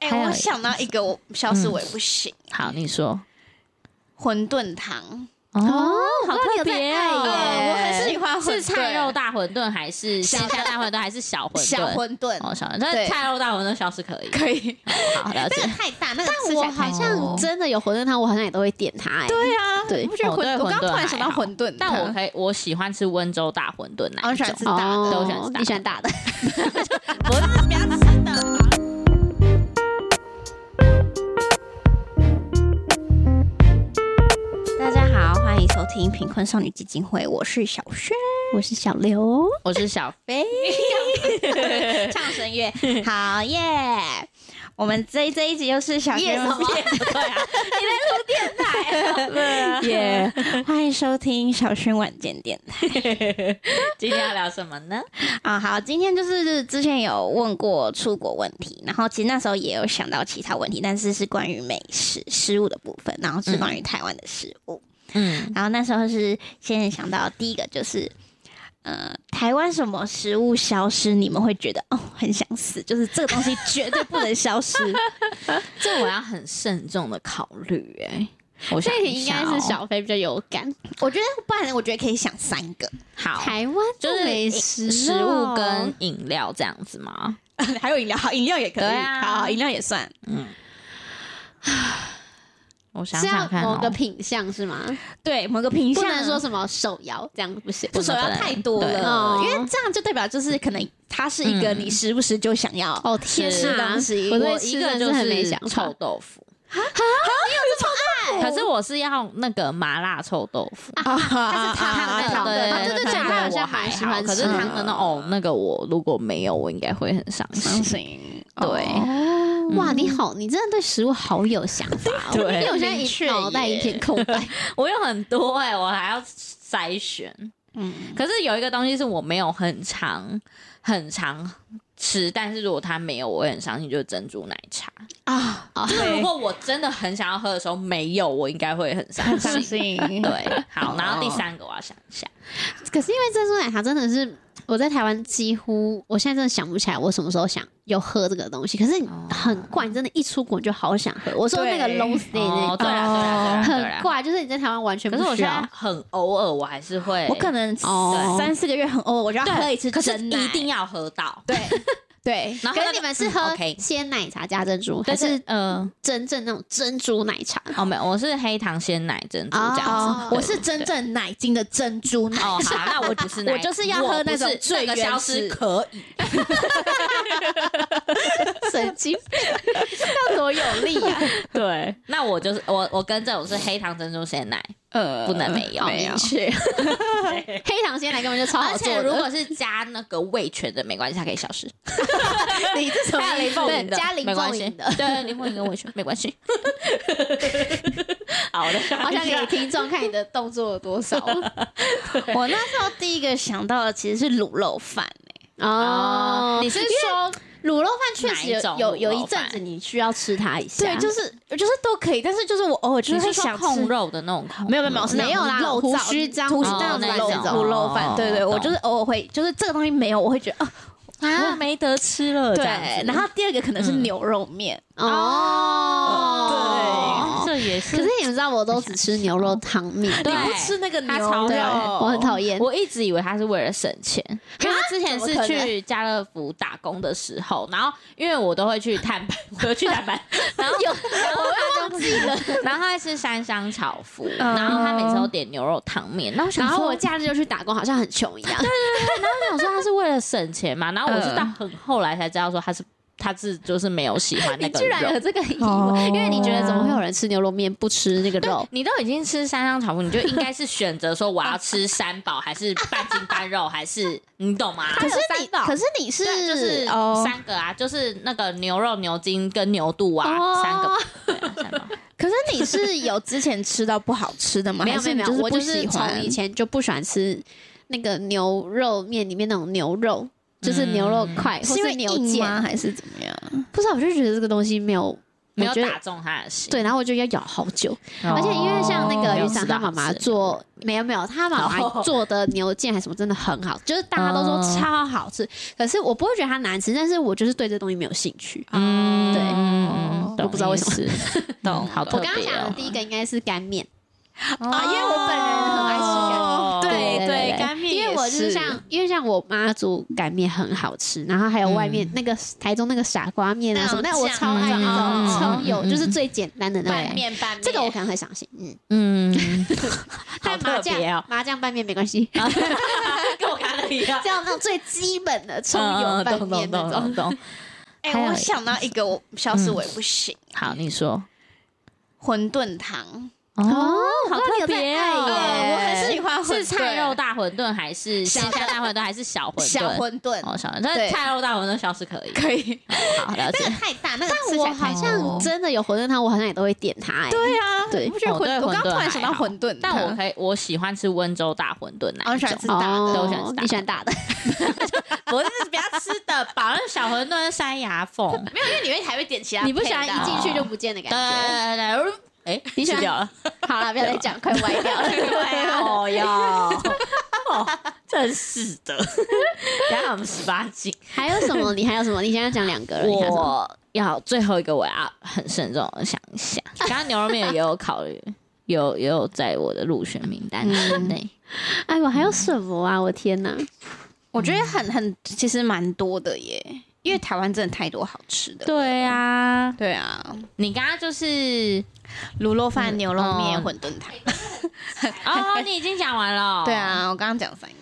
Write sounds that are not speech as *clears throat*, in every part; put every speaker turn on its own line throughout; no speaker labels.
哎、
还有
我想到一个，我消失我也不行。
好，你说
馄饨汤，
哦，好
那你
特
有在
别
爱
哦
耶
呃，我很喜欢馄饨
是菜肉大馄饨还是鲜虾大馄饨还是小馄饨？
小馄饨，
哦，小馄饨，但
对
是菜肉大馄饨消失可以。
可以。
好，了
那个
解。
太大，那个
但
吃起
我
来太
哦
好像真的有馄饨汤，我好像也都会点它、哎，
对啊，
对
你不觉得
哦
馄
对
饨？我刚
馄饨
刚突然想到
还好
馄饨汤，
但我可以，我喜欢吃温州大馄饨
啊
那
我
一
喜欢
种。
吃大的，
都喜欢吃大的
哦你喜欢大的，
不要吃的。大家好，欢迎收听贫困少女基金会，我是小轩，
*laughs* 我是小刘。
*laughs*
*laughs*
我是小
飞 *laughs* 唱声乐，好耶！我们这一这一集又是小轩
耶什么
对啊，
*laughs* 耶，欢迎收听小轩晚间电台
今天要聊什么呢？
啊。好，今天就是之前有问过出国问题，然后其实那时候也有想到其他问题，但是是关于美食食物的部分，然后是关于台湾的食物。
嗯，
然后那时候是先想到第一个就是，呃，台湾什么食物消失，你们会觉得哦很想死，就是这个东西绝对不能消失。
这我要很慎重的考虑哎。我想
这
一
题应该
下哦
是小飞比较有感。
我觉得不然我觉得可以想三个， *laughs*
好，
台湾
就是
美
饮
食哦
食物跟饮料这样子吗？
还有饮料，好饮料也可以，
对啊
好饮料也算。
嗯，我想
是
想
要
看哦
某个品相是吗？
对，某个品
不
相
能说什么手摇这样不行。
不首要太多
对
了，
哦
因为这样就代表就是可能它是一个
嗯
你时不时就想要。
哦天
吃
哪
东西！
我对
我
吃
一
真
个
的
就是
很没想法
臭豆腐。
豆腐
可是我是要那个麻辣臭豆腐，
它是
啊
汤
啊
的，
啊
对
对
对
对
对
对，
对
它
它
我
好像
还
蛮喜
好。
欢
可是
吃
的
汤的那哦，那个我如果没有，我应该会很伤
相
心。
信
对
哦哇，你好，你真的对食物好有想法哦。
对
因为我现在
明确
一脑袋
耶
一片空白。
*laughs* 我有很多哎、我还要筛选。
嗯，
可是有一个东西是我没有很常、很常吃，但是如果它没有，我会很伤心，就是珍珠奶茶。
啊，
就是如果我真的很想要喝的时候没有，我应该会很伤
相
心。哦
信
对，好，然后第三个我要想一下，
可是因为珍珠奶茶真的是我在台湾几乎，我现在真的想不起来我什么时候想有喝这个东西。可是你很怪，你真的，一出国你就好想喝。我说那个
对
long stay 那
哦，
个
对啦，对啦，对啦，对啦
很。怪，就是你在台湾完全
可
不
是我
需
现
要
在。很偶尔，我还是会，
我可能
哦
三四个月很偶尔，我就要
对
喝一次
可是
真奶，
一定要喝到。
对对。
然后
可
那个
是你们是
嗯
喝
OK，
鲜奶茶加珍珠，还
但
是
是嗯，
真正那种珍珠奶茶？
哦没有，我是黑糖鲜奶珍珠这样
哦
子。
我是真正奶精的珍珠奶
哦，好，
茶，
那我
*laughs*
只是
我就是要喝那种最
个
原
消
始
失
*laughs*
可以。
神经病，要多有力啊！
对，那我就是我，我跟这种是黑糖珍珠鲜奶，
呃
不能没有
没有
明。
黑糖鲜奶根本就超好
而
做
且
的。
如 *laughs* 果是加那个味全的，没关系，它可以消失。
你这
还有林凤营的，
加林
没关
凤
系
营的，
对，林凤营跟味全没关系。好的，
好
好
想给听众看你的动作有多少
*laughs* 我那时候第一个想到的其实是卤肉饭欸
哦，你是说
卤肉饭确
哪
实
一种
有有有一阵
卤肉
子
饭
你需要吃它一下，
对，就是就是都可以，但是就是我偶尔就
你
是会
是说
想吃
控肉的那种控？
没有没有没有是那
没有
种
啦
肉
胡
燥
须章
胡须
哦
章的
那
肉
种
卤肉饭，
哦
对对，
懂
我就是偶尔会，就是这个东西没有，我会觉得哦
啊，没得吃了。
对
这样子。
然后第二个可能是
嗯
牛肉面，
哦，
哦这也
可
是
是你们知道，我都只吃牛肉汤面，
对
你不吃那个
它
牛
炒
肉
对，，我很讨厌。
我一直以为他是为了省钱，因为他之前
怎么
是
可能
去家乐福打工的时候，然后因为我都会去探班， *laughs* 我都去探班，然后有我忘记了， *laughs* 然后他是三香炒麸，
嗯
然后他每次都点牛肉汤面，然后我
然
想
后
说，
我
我
假日就去打工，好像很穷一样。
想说他是为了省钱嘛，然后我是
嗯
到很后来才知道说他是他是就是没有喜 *laughs* 欢那
你
个
居然
肉
有。这个疑
哦
问，因为你觉得怎么会有人吃牛肉面不吃那个
对
肉？
你都已经吃三香炒麸，你就应该是选择说 *laughs* 我要吃三宝，还是半斤半肉，还是你懂吗？
可是
三
你，
宝
可是你是
对，就是
哦
三个啊，就是那个牛肉、牛筋跟牛肚啊，
哦
三个对啊三个。
可是你是有之前吃到不好吃 *laughs* 的吗？
没有
还
没
是
有
你
没有，
是
我
不
就是
喜
从
欢
以前就不喜欢吃那个牛肉面里面那种牛肉，嗯就是牛肉块或
是因为
牛
硬吗？
腱，
还是怎么样？
不知道我就觉得这个东西没有，
没有
我觉
打
得
中他的心，
对，然后我就要咬好久，
哦，
而且因为像那个
没有
于长
吃到
他妈妈
好吃
做，没有没有，他妈妈
哦
做的牛腱还什么真的很好，就是大家都说
嗯
超好吃，可是我不会觉得它难吃，但是我就是对这东西没有兴趣。
嗯
对
嗯
不知道为什么。
么， *laughs* 懂好
我
特
刚刚
别
想的
哦
第一个应该是干面，
啊因为我本人很爱吃干
哦
对
对
对
干面
因为
也
我就是
是
像，因为像我妈煮干面很好吃，然后还有外面那个台中那个傻瓜面啊什么，
那
但
种
我
酱
超爱
嗯
那种超
嗯
有，
嗯
就是最简单的那
拌
种。
面拌面，
这个我可能会伤心，嗯，
嗯， *laughs* 好
但麻
特别
酱
哦，
麻酱拌面没关系，
啊跟我刚刚的一样
*laughs* 这，样那种最基本的葱
嗯 *laughs*
油
嗯
拌
懂
面
懂
那
懂
种
懂。懂。
哎、
还有嗯
我想到一个，我消失我也不行，
好，你说
馄饨汤。
哦，
好特别哦
我很喜欢馄饨
是菜肉大馄饨还是小虾大馄饨还是小馄饨？
小馄饨、
哦，小馄饨，但
对
是菜肉大馄饨小是可以，
可以，
好了
那
解
个。太大，那个吃
但
起
我
来太大
好像真的有馄饨汤，我好像也都会点它。哎，
对啊，
哦对
你不觉得
哦
馄
对
饨？我刚
馄饨
刚突然想到
还好
馄饨汤，
*laughs* 但我可以，我喜欢吃温州大馄饨
哦
那
你
一
喜欢吃
种，
大的
对我喜欢吃大的
你喜欢大的，
不是不要吃的饱，那小馄饨是山崖 *laughs* 凤，
没有，因为你会还会点其他
你不喜欢
配的啊
一进
嗯
去就不见的感
对
觉。
对对对，哎，
你喜
吃
欢
掉了，
好了，不要再讲，快歪掉 *laughs* 了。
*laughs* 哦哟， *laughs* 哦真是 *laughs* 的，然后我们十八禁。
还有什么？你还有什么？你现在讲两个人，你还有什么
我要最后一个，我要很慎重的想一下。刚刚牛肉面也有考虑，有也有在我的入选名单之内。
哎，我还有什么啊？我天哪！
我觉得很很，其实蛮多的耶，因为台湾真的太多好吃的。
对啊，
对啊，
你刚刚就是
卤肉饭、牛肉面、
哦
馄饨汤。
*laughs* 哦，你已经讲完了。
对，啊，我刚刚讲三个。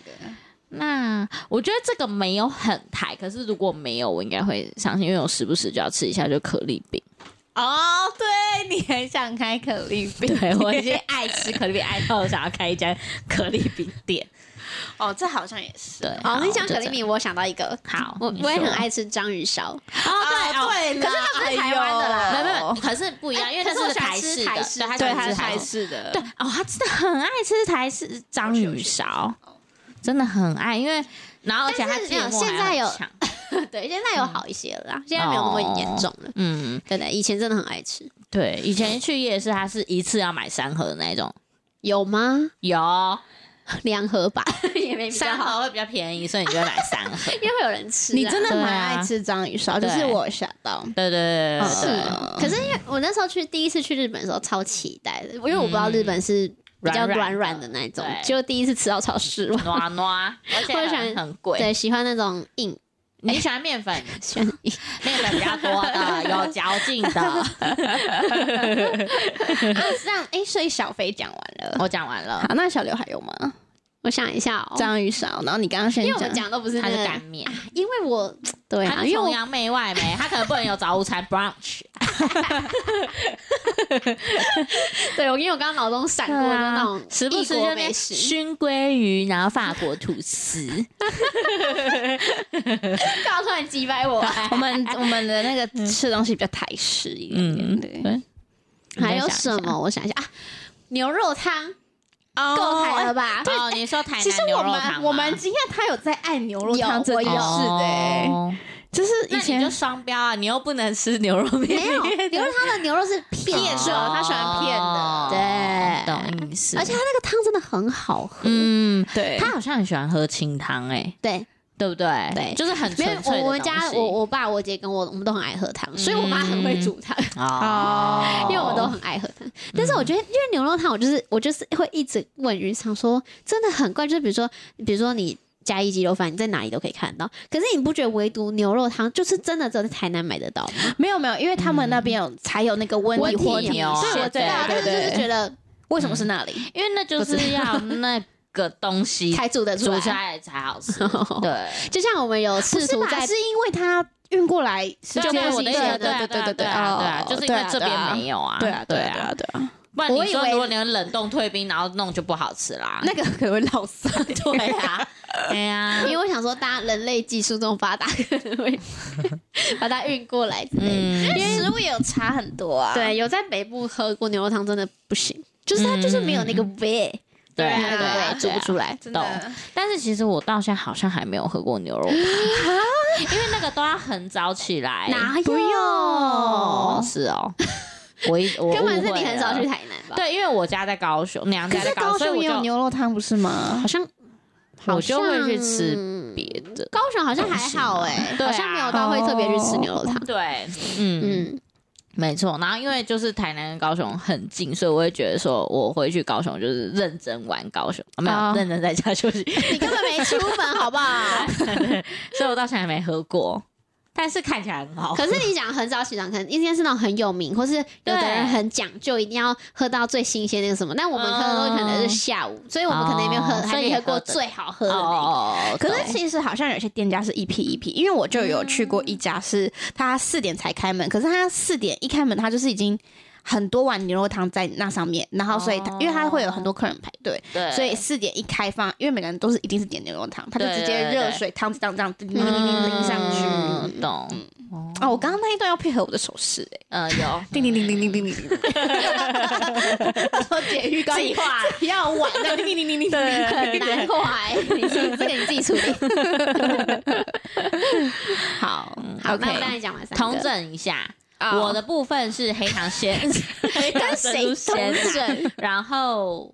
那我觉得这个没有很台，可是如果没有，我应该会伤心，因为我时不时就要吃一下就可丽饼。
哦，对，你很想开可丽饼？
*laughs* 对我已经爱吃可丽饼，爱到想要开一家可丽饼店。
*laughs* 哦，这好像也是。
对，
哦，你讲
就这
可丽
样
饼，我想到一个，
好
我
你
我也
说
很爱吃章鱼烧， *laughs*
哦，对哦
啊对哎啦，可是它不是台湾的
没
啦，
有没有，可是不一样，
哎
因为
可
它
是我
是
喜欢
台
吃
式
台
的，
式
对，它
对，
喜欢
它
吃
是
台
台
式。
式的。
对，哦，他真的很爱吃台式章鱼烧，真的很爱，因为然后而且
但
他
是没有
芥末
现在
还
有
很强，
对，现在有好一些了啦，现在没有那么严重了。
嗯，
对对，以前真的很爱吃，
对，以前去夜市，他是一次要买三盒的那一种，
有吗？
有
两盒吧， *laughs* 也没比较
三
好，
盒会比较便宜，所以你就会买三盒。
*laughs* 因为会有人吃啊。
你真的
对啊
蛮爱吃章鱼烧，就是
对
我有吓到。
对对对对
是
对
哦
可是因为我那时候去第一次去日本的时候超期待的，因为我不知道日本是比较
软软的
嗯软软的那一种，
对
结果第一次吃到超失望。
暖暖，而且
我喜
很
欢
很贵。
*laughs* 对，喜欢那种嗯硬，
你喜欢面粉，
喜欢硬。
面粉比较多的，
*laughs*
有嚼劲的。
啊，这样哎，所以小飞讲完了。
我讲完了，
好，那小刘还有吗？
我想一下哦，
章鱼烧，然后你刚刚先
因为我们讲都不是
它
那
是
个
干面。
因为我对啊，
他
因为
崇
我
洋媚外没，他可能不能有早午餐 brunch。
*laughs* 对啊我因为我刚刚脑中闪过就那种
时不
异
时
国
就
美
那
食，
熏鲑鱼，然后法国吐司。
告突然击败
*laughs*
我。
我嗯们我们的 *laughs* 那个吃东西比较台式一点点，对。
对。
嗯还有什么？我想一下啊，牛肉汤够
哎
台了吧？
对，哦哦，你说台
其实
南牛
我
肉汤
蛮
吗，
我蛮惊讶，他啊有在爱牛肉汤
有
这件事
我有
的、欸，
哦
就是
那
以
你就
前
双标啊！你又不能吃牛肉面， *laughs*
没有牛肉汤的牛肉是 *laughs* 片
片
的，
是吧他喜欢片的
哦
对
懂意思。
而且它，那个汤真的很好喝。
嗯，
对
他好像很喜欢喝清汤，哎，
对，
对不对？
对
就是很
没
纯
有
粹的
我我们
东
家
西
我我爸我姐跟我我们都很爱喝汤，所以我妈很会煮汤，
哦，
因为我们都很爱喝汤。但是我觉得，因为牛肉汤，我就是我就是会一直问鱼常说，真的很怪，就是比如说，比如说你。加一鸡肉饭，你在哪里都可以看到。可是你不觉得唯独牛肉汤就是真的只有在台南买得到吗？
没有没有，因为他们那边有才有那个温
温
体
体牛
牛，
啊
对我知
对
道，
但
但
是
是就
就
是是觉
觉
得
得
为什么是那里？
因为那就是要那个东西
才煮得出
煮
来。哦
出来才好吃。对，
*laughs* 就像我们有试图在
是因为它运过来是
对啊我的意思
对
对
对
啊对啊
对
对啊对啊，
哦
就是因为这边没有啊，
对啊
对
对啊对啊，对啊，
不然
我
你
以
说
为
如果你们冷冻退冰，然后弄就不好吃啦。 *laughs*
那个可能会落散，
对啊，对啊
因，为我想说，大家人类技术这么发达，可能会 *laughs* 把它运过来之类的。
嗯，
因为食物也有差很多啊，
对，有在北部喝过牛肉汤，真的不行，就是
嗯
它就是没有那个味，
对啊
没有
对
那
啊
个味煮不出来。
真
懂
的。
但是其实我到现在好像还没有喝过牛肉汤，因为那个都要很早起来。
哪
不
哦
有
用？
是哦，我一我
根本是
误会
你很少
了
去台南吧？，
对，因为我家在高雄，娘
可
家在
是高
雄，所以
雄
我
也有
就
牛肉汤不是吗
好？像
我就会去吃
吃
别的。
高雄好像还好哎、
对啊哦
好像没有到会特别去吃牛肉汤。
对，嗯
嗯，
没错，然后因为就是台南跟高雄很近，所以我会觉得说，我回去高雄就是认真玩高雄，啊没有、
哦
认真在家休息，
你根本没出门，好不好？
*laughs* 所以我到现在还没喝过，但是看起来很好喝。
可是你讲很早起床，可能应该是那种很有名，或是有的人很讲究，一定要喝到最新鲜那个什么。但我们喝的都可能是下午，所以我们可能也没有喝，
哦
还
所以
没
你
喝过
喝的
最好喝的那个。
哦，
可
懂
是其实好像有些店家是一批一批，因为我就有去过一家是他四点才开门，可是他四点一开门，他就是已经很多碗牛肉汤在那上面，然后所以他、
哦
因为他会有很多客人排队，
对，
所以四点一开放，因为每个人都是一定是点牛肉汤，他就
对
直接
对对
热水汤这样这样叮叮叮叮叮
嗯
淋上去。
懂？
哦，我刚刚那一段要配合我的手势、欸，
嗯，有
叮叮叮叮叮叮叮叮， *laughs* 说解预告
计划
不 *laughs* 要晚的叮叮叮叮叮，
哦
很
*laughs*
难怪，你自己这个你自己处理。
好，
嗯
好，
OK
那我刚才讲完三个
同整一下。
啊
我的部分是黑糖鲜，黑糖
跟
珍珠
谁
鲜
同
奶，然后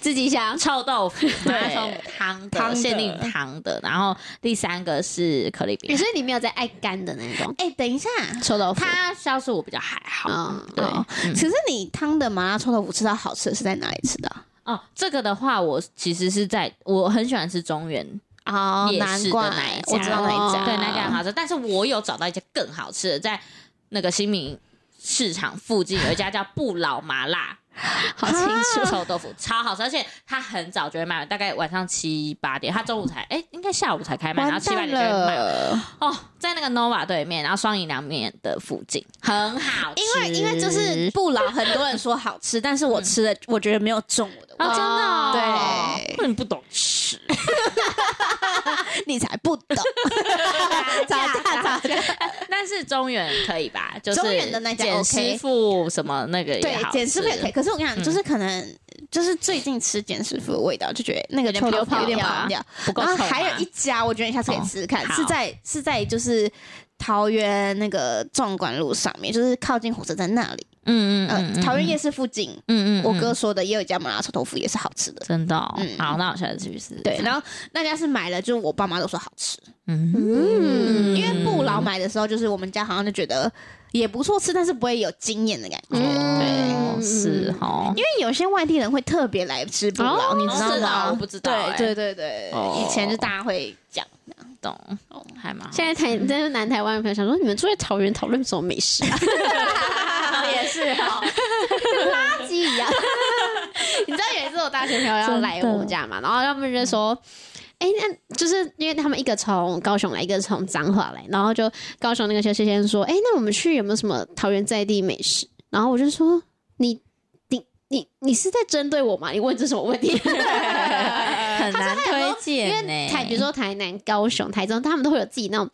自己想。
臭豆腐
对
马拉松汤
汤的
的限定汤的，然后第三个是可丽
你
饼，
说你没有在爱干的那种
哎、等一下，
臭豆腐，
它消失我比较还好。
嗯，
对
哦
嗯
其实你汤的麻辣臭豆腐吃到好吃的是在哪里吃的啊？
哦，这个的话，我其实是在我很喜欢吃中原
哦
夜
难
市的
怪
那一家，
我知道那一家，
对那家很好吃，但是我有找到一家更好吃的，在那个新民市场附近有一家叫不老麻辣。
好清楚。
臭豆腐超好吃，而且它很早就会卖完，大概晚上七八点，它中午才哎、应该下午才开卖，然后
完
七八
蛋
点就会卖完
了，
哦，在那个 Nova 对面，然后双营凉面的附近，很好吃。
因为因为就是不老，很多人说好吃，但是我吃
嗯
的我觉得没有中我的
哦，
味，
真的、哦，
对
那你不懂
*laughs*
吃，
你才不懂，
打 *laughs*
吵架吵架，
但是中原可以吧？就是
中原的那家
简
OK
师傅什么那个也
对
好，吃
简师傅也可以。可是我跟你讲，
嗯
就是可能就是最近吃简师傅的味道，就觉得那个
有点
臭豆腐
跑
有点
掉啊
跑掉，
不够
然
臭
后
吗。哦
还有一家，我觉得你下次可以试试看，
好
是在是在就是桃园那个纵管路上面，就是靠近火车站那里，
嗯嗯嗯
呃，
嗯，
桃园夜市附近。
嗯嗯，嗯
我哥说的也有一家麻辣臭豆腐也是好吃的，
真的哦
嗯
好，那我下次去试。
对。然后那家是买了，就是我爸妈都说好吃，
嗯，
嗯，因为不老买的时候，就是我们家好像就觉得也不错吃，但是不会有惊艳的感觉。
嗯
对，是哦，
因为有些外地人会特别来吃不老，你哦知道哎
是
吗？
啊我不知道欸
对对对对，
哦
以前就大家会 *laughs* 讲。
懂，
嗯
还
*laughs*
蛮好
现在台，真是南台湾的朋友想说，你们住在桃园讨论什么美食
*laughs*
啊？
啊
也是哦，
*laughs*
垃圾一样。
*laughs*
你知道有一次我大学朋友要来我们家嘛，然后他们就说。哎、那就是因为他们一个从高雄来，一个从彰化来，然后就高雄那个邱先生说：“哎、那我们去有没有什么桃园在地美食？”然后我就说：“你、你、你、你是在针对我吗？你问这什么问题？”
很难推
因
荐
为
呢。
台比如说台南、高雄、台中，他们都会有自己那种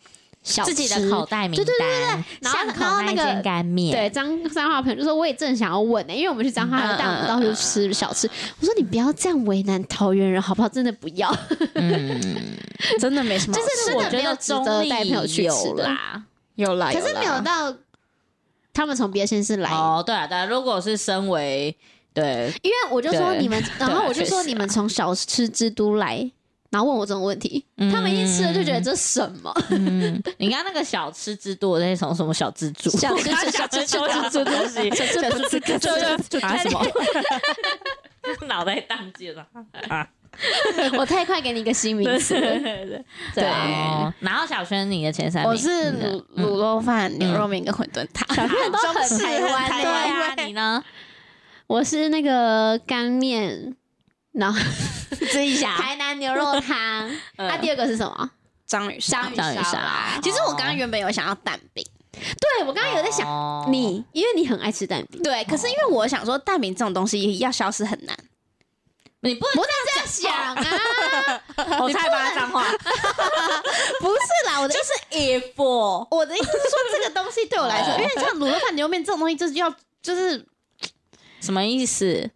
小
自己
吃
的口袋名单，对对对
然后
巷口
然后
那
那个
间干面，
对，彰彰化朋友就说我也正想要问呢、因为我们去彰化
嗯
带我们到处吃小吃，我说你不要这样为难桃园人好不好？真的不要，
嗯，
真的没什么好
就
吃，
*laughs* 是真
我
的没
觉
有
得
值
中
得
立
带朋友去吃
有
的。
哎啦。
有啦，
可是
啦
没有到他们从别的县市来，
哦，对啊，对啊，如果是身为对
因为我就说
对
你们，然后我就
确
说
实啊
你们从小吃之都来，然后问我这种问题，他们一吃了就觉得这什么？
嗯
*laughs*
你刚刚那个小吃之多那种什么小蜘蛛，
小蜘蛛
我刚刚
小
想
蜘蛛
说小蜘蛛东西，
这 *laughs* 这这这这
啊什
什
么
么？
*laughs* 脑袋宕机了啊！
我太快给你一个新名
对
词
对
了，
对对啊，然后小轩你的前三名，
我是卤卤肉饭、牛肉面跟馄饨 *laughs* 汤，
小朋友都很台湾
嗯对
的。
啊，你呢？
我是那个干面，
*laughs*
然后
吃一下
台南牛肉汤，
嗯
啊，第二个是什么？
章鱼烧啊哦
章
章
鱼
鱼
烧
烧
啦。
其实我刚刚原本有想要蛋饼，
对，我刚刚有在想、
想
你，因为你很爱吃蛋饼，
对，可是因为我想说蛋饼这种东西要消失很难，
你不
不能这样想啊！
我才把脏话， *laughs*
不是啦，我的意思，
if
我的意思是说这个东西对我来说，
哦
因为像卤肉饭、牛肉面这种东西，就是要 *laughs* 就是
什么意思？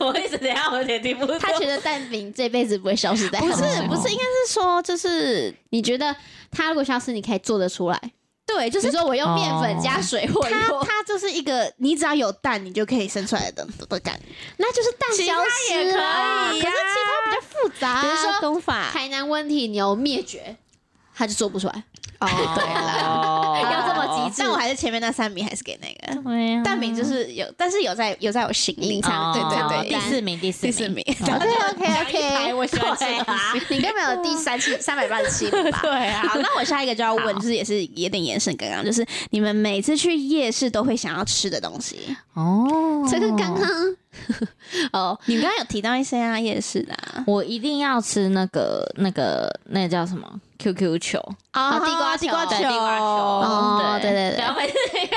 我一直等一下我有点听不懂。
他觉得蛋饼这辈子不会消失在他
不
的
是
心中
不是，应该是说就是
你觉得他如果消失，你可以做得出来？
对，就
就是是说我用面粉加水和
它
油，
它就是一个，你只要有蛋，你就可以生出来的的的感觉。
那就是蛋消失了啊。
哦其他也可以
可是其他比较复杂啊，
比如说功法，
台南问题牛灭绝，他就做不出来。
*laughs* 哦，对了，
哦，
要这么极致
但我还是前面那三名还是给那个
对啊
蛋饼，就是有，但是有在有在我心里，啊对
隐藏
对对，
哦第四名，第
第四
四名，
名，对
OK OK，
我喜欢吃啊，
你根本有第三七三百八十七名吧？
对啊，
好，那我下一个就要问，
好
就是也是有点延伸刚刚，就是你们每次去夜市都会想要吃的东西，
哦
这个刚刚 *laughs* 哦，
你们刚刚有提到一些啊夜市的啊，
我一定要吃那个那个那个叫什么 QQ 球，
哦
地瓜球
地瓜球，
对地瓜球
哦对对对
然后啊每次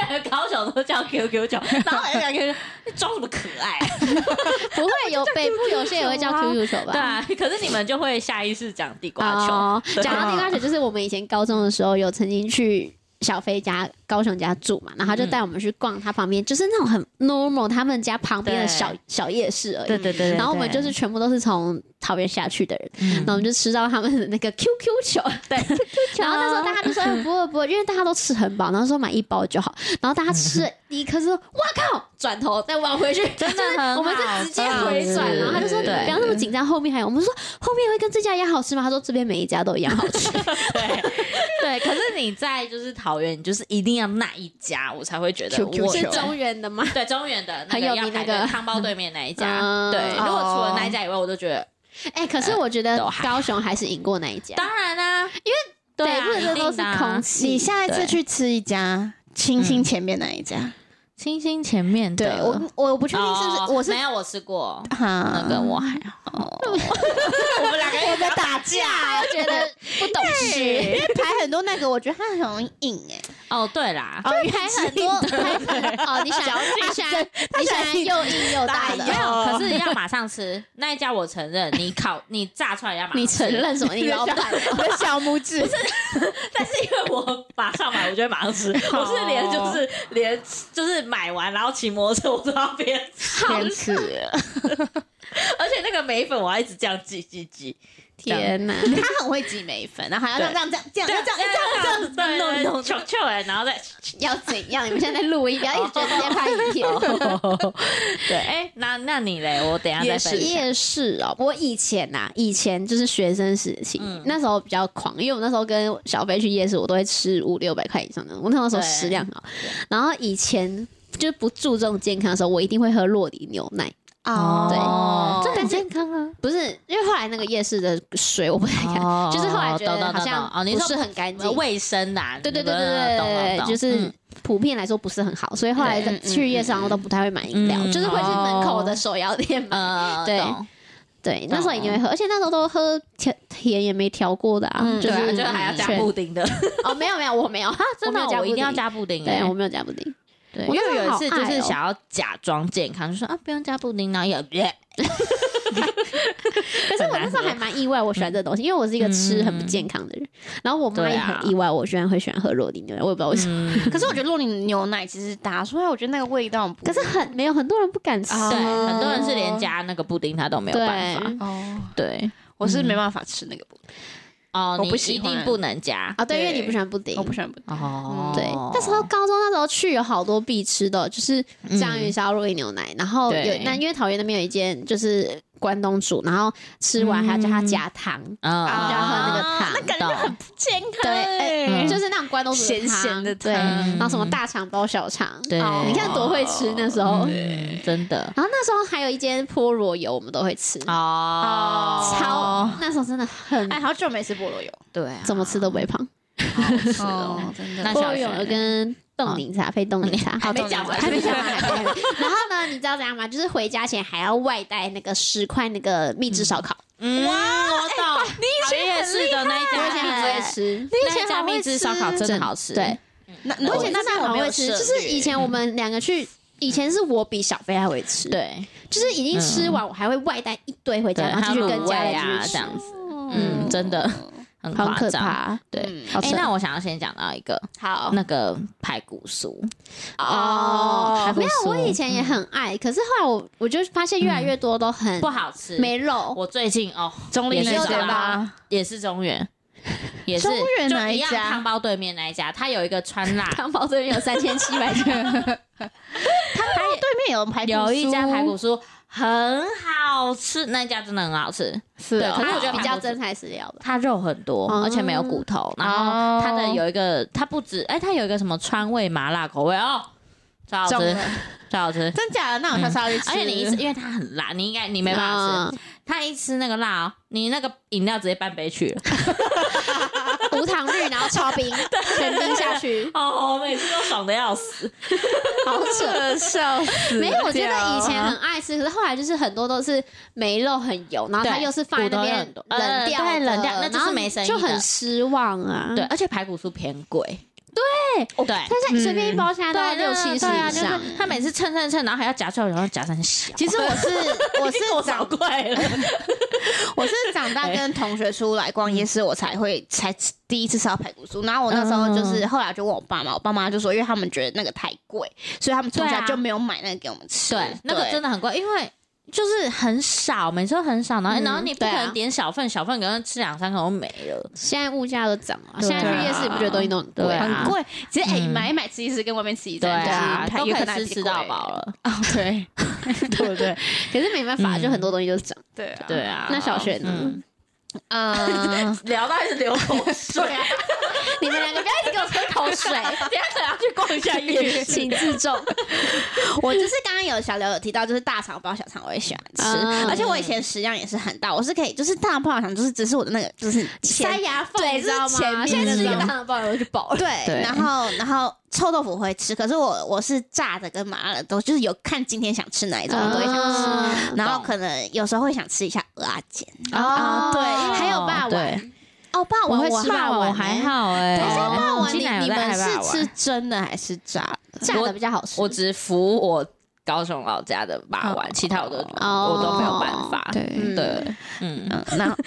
那个高手都叫 QQ 球，然后我就感觉你装什么可爱？啊
不会有北部有些
*laughs*
也会叫 QQ 球吧？
对啊，可是你们就会下意识讲地瓜球， *laughs*
哦
对
讲到地瓜球，就是我们以前高中的时候有曾经去小飞家、高雄家住嘛，然后他就带我们去逛他旁边，就是那种很 normal 他们家旁边的
对
小小夜市而已。
对对
然后我们就是全部都是从桃园下去的人，
嗯
然后我们就吃到他们的那个 QQ 球，
*laughs* 对
QQ 球。然后那时候大家就说哎不会不会，因为大家都吃很饱，然后说买一包就好。然后大家吃了第一 *laughs* 颗之后，哇靠，转头再往回去，
真的很好
我们是直接回转，
吃
然后他就说你
对
不要那么紧张，后面还有。我们说后面会跟这家一样好吃吗？他说这边每一家都一样好 *laughs* 吃。
对对，可是你在就是桃园，你就是一定要那一家，我才会觉得
QQ
我
球
是中原的吗？
对中原的
很有
要
名
排
那个
队汤包对面那一家。
嗯
对，如
哦
果除了那一家以外，我都觉得
哎、可是我觉得
都还
高雄还是赢过那一家。
当然啦，因为对啊，
北部的都
一
是
定啊
空气。
你下一次去吃一家清新前面那一家，
清新前面
对
的
我我不确定是不
哦
是我是嗯哦
没有我吃过，
哈
那个我还
*laughs*
好，*laughs* 我们两
*laughs*
个有没有打架？
觉得不懂
因
*laughs* 事，
为排很多那个，我觉得它很容易硬哎、
哦，对啦，
就是排很多排很哦，你想你想你想又硬又
大
大
哦
的
没，有
可是要马上吃那一家，我承认你烤你炸出来要马上，
你承？认什么？ *laughs* 哦你老板
我的小拇指不是
*laughs* 但是因为我马上买，我就会马上吃，我是连就是连就是买完然后骑摩托车我都要边吃，
天使，
而且那个眉粉我还一直这样挤挤挤，
天哪！
他很会挤眉粉，然后还要这样这样这样这样这样这样这样
对
弄弄
对，球球哎，然后再
*laughs* 要怎样？你们现在在录音，不要一直觉得在拍影片。
对，哎，那那你嘞？我等一下再分享。
夜市哦，我以前呐、以前就是学生时期，
嗯
那时候比较狂，因为我那时候跟小飞去夜市，我都会吃五六百块以上的，我那时候
对
食量好。然后以前就是不注重健康的时候，我一定会喝洛梨牛奶，
哦
对，
这
很健康啊，
不是因为后来那个夜市的水我不太敢，
哦
就是后来觉
懂
得
懂
好
懂
像
哦，你
不
说
是很干净。
卫生的啊，
对对
你
对
们
对对
懂
对
懂
对，
懂，
就是
嗯
普遍来说不是很好，所以后来
对嗯嗯
去夜市然后都不太会买饮料，
嗯
就是会去门口的手摇店买。
呃，
对
懂
对，
嗯
那时候一定会喝，而且那时候都喝甜甜也没调过的啊，
嗯
就
对
是、
啊，就还要加
全
布丁的，
哦，没有没有，我没有，哈
*laughs* 真的
没有加
我一定要
布丁，
加布丁欸，
对我没有加布丁，
对，因
我
为
真的
有一
好
次就
爱
是
哦
想要假装健康，就说啊不用加布丁，然后也也，
可是我那时候还蛮意外，我喜欢这
嗯
东西，因为我是一个吃很不健康的人，然后我妈
对
也
啊
很意外，我居然会喜欢喝洛梨牛奶，我也不知道为什么，
嗯，
可是我觉得洛宁牛奶其实打出来，我觉得那个味道不
可是很没有很多人不敢吃，
哦
对，
嗯
很多人是连加那个布丁他都没有办法，
对
哦，
啊对，
我是没办法吃那个布，
哦，
我
你
不喜
一定
欢
不能加
啊，对，因为
对
你不喜欢布丁
我。不喜欢布。
哦，
对，那时候高中那时候去有好多必吃的，就是章鱼
嗯
烧、肉牛奶，然后有
对
那因为桃园那边有一间就是关东煮，然后吃完还要叫他加糖，
啊
嗯，
就要喝那个汤，
感觉很
健康欸
对哎
嗯
就是那种关东煮
咸
汤
咸的
对，
汤
然后什么大肠包小肠，
对
哦，
你看多会哦吃那时候。
嗯真的
然后那时候还有一间菠萝油，我们都会吃，
哦，
超那时候真的很
哎，好久没吃菠萝油，
对啊，
怎么吃都不会胖。
好好吃
哦
哦，，
真的
那
菠
小
萝
学
油
呢哦
跟冻柠茶配冻柠茶，
还没讲完，
还没讲完，还没讲完。 *laughs* 然后呢，你知道怎样吗？就是回家前还要外带那个十块那个蜜汁烧烤，
嗯，我
哎
懂。你以前是的那一
我以
家嗯蜜
前很
汁
爱
也是，
吃。
那一家蜜汁烧烤真的好吃。
对，
那
那
而且那
时
时
候
候我没有
会吃，
涉
就是
猎
以前我们两个去，以前是我比小飞还会吃，
对
就是已经吃完，我还会外带一堆回
嗯对，
家，然后
还
继续
有
跟
卤
家
味
人
啊
去
这
吃，
样子，嗯，真的很
好
夸
可
张。
怕。
对，
嗯
好
哎，
吃
那我想要先讲到一个
好
那个排骨酥，
哦
没有，
还不
我
错
以前也很爱，可是后来我我就发现越来越多都很
不好吃。
没肉，
我最近哦，
中
也
立
是
那啊
中
家吧
吧，也是
*laughs*
中原，也是
中原
就
哪
一
一
样
家
汤包对面那一家，它有一个川辣，
汤包这边有三千七百克，
对面有排骨酥
有一家排骨酥很好好吃，那一家真的很好吃，
是啊
对可是我觉得
比
韩
较
国
真材实料吧。
它肉很多，
哦
而且没有骨头，然
哦
后它的有一个，它不止，哎，它有一个什么川味麻辣口味哦，超好吃，超好
*laughs*
吃。
真假的？那我下次要去吃。
而且你一吃，因为它很辣，你应该你没办法吃。
嗯
它一吃那个辣哦，你那个饮料直接半杯去了。
无糖绿，然后
*laughs*
超冰，全冰下去，
哦，我每次都爽的要死。
好扯。
笑死
没有，我觉得以前
掉
很爱吃，可是后来就是很多都是梅肉很油，然后它
对
又是放在那边
骨头又很多
冷掉的，
呃对冷掉那就是
然后
没生意的
就很失望
*laughs*
啊。
对，，而且排骨酥偏贵。对对。
但是随便一包现在都
嗯
要
对
啊六七十以
对啊
上
就。是他每次称称称，然后还要夹出来，然后夹成小。
其实我 *laughs* 是我是
我
长
少贵了，
*laughs* 我是长大跟同学出来逛夜市，我才会才吃第一次吃到排骨酥。然后我那时候就是后来就问我爸妈，我爸妈就说，因为他们觉得那个太贵，所以他们从
对
小
啊
就没有啊买那个给我们吃。
对，那个真的很贵，因为就是很少，每次都很少，然后、
嗯
然后你不
对
可
啊
能点小份，小份可能吃两三口就没了。
现在物价都涨了，
对
现
啊
在去夜市你不觉得东西都很贵
对啊
吗？
很贵。其实哎、
嗯
买一买吃一吃跟外面吃一
对
餐，
啊，
就是
都
有
可
能还
以吃
比
吃
较
到
贵
饱。了。
哦，对对不对？
可是没办法，
嗯
就很多东西都是涨。
*laughs* 对啊，
对啊，
那小雪呢
嗯
嗯，
聊到还是流口水啊！
*laughs* 你们两个不要一直给我吹口
*laughs*
水。
等一下可能要去逛一
*laughs*
下夜市。
请自
*laughs*
重。
我就是刚刚有小刘有提到，就是大肠包小肠我也喜欢吃，
嗯
而且我以前食量也是很大，我是可以就是大肠包小肠，就是只是我的那个就是
塞
前
牙缝，
对
你知道
就是前
吗？
面
现在吃一
那
个
种
大汉堡我就饱了。
对，
对
然后然后臭豆腐我会吃，可是我我是炸的跟麻辣的都就是有看今天想吃哪一种我都会想吃，
啊
然后可能有时候会想吃一下鹅啊煎
哦
对还有霸王
对
哦，霸
我
王
会
我
吃霸王，还。好哎。
欸等一下，霸
我
王
竟
你
然有
你
在
们
爱霸
是
王欸
吃真的还是炸的？
炸的比较好吃。
我只服我高雄老家的霸王，其他我都
哦
我都没有办法。
嗯
对，嗯，
嗯，然后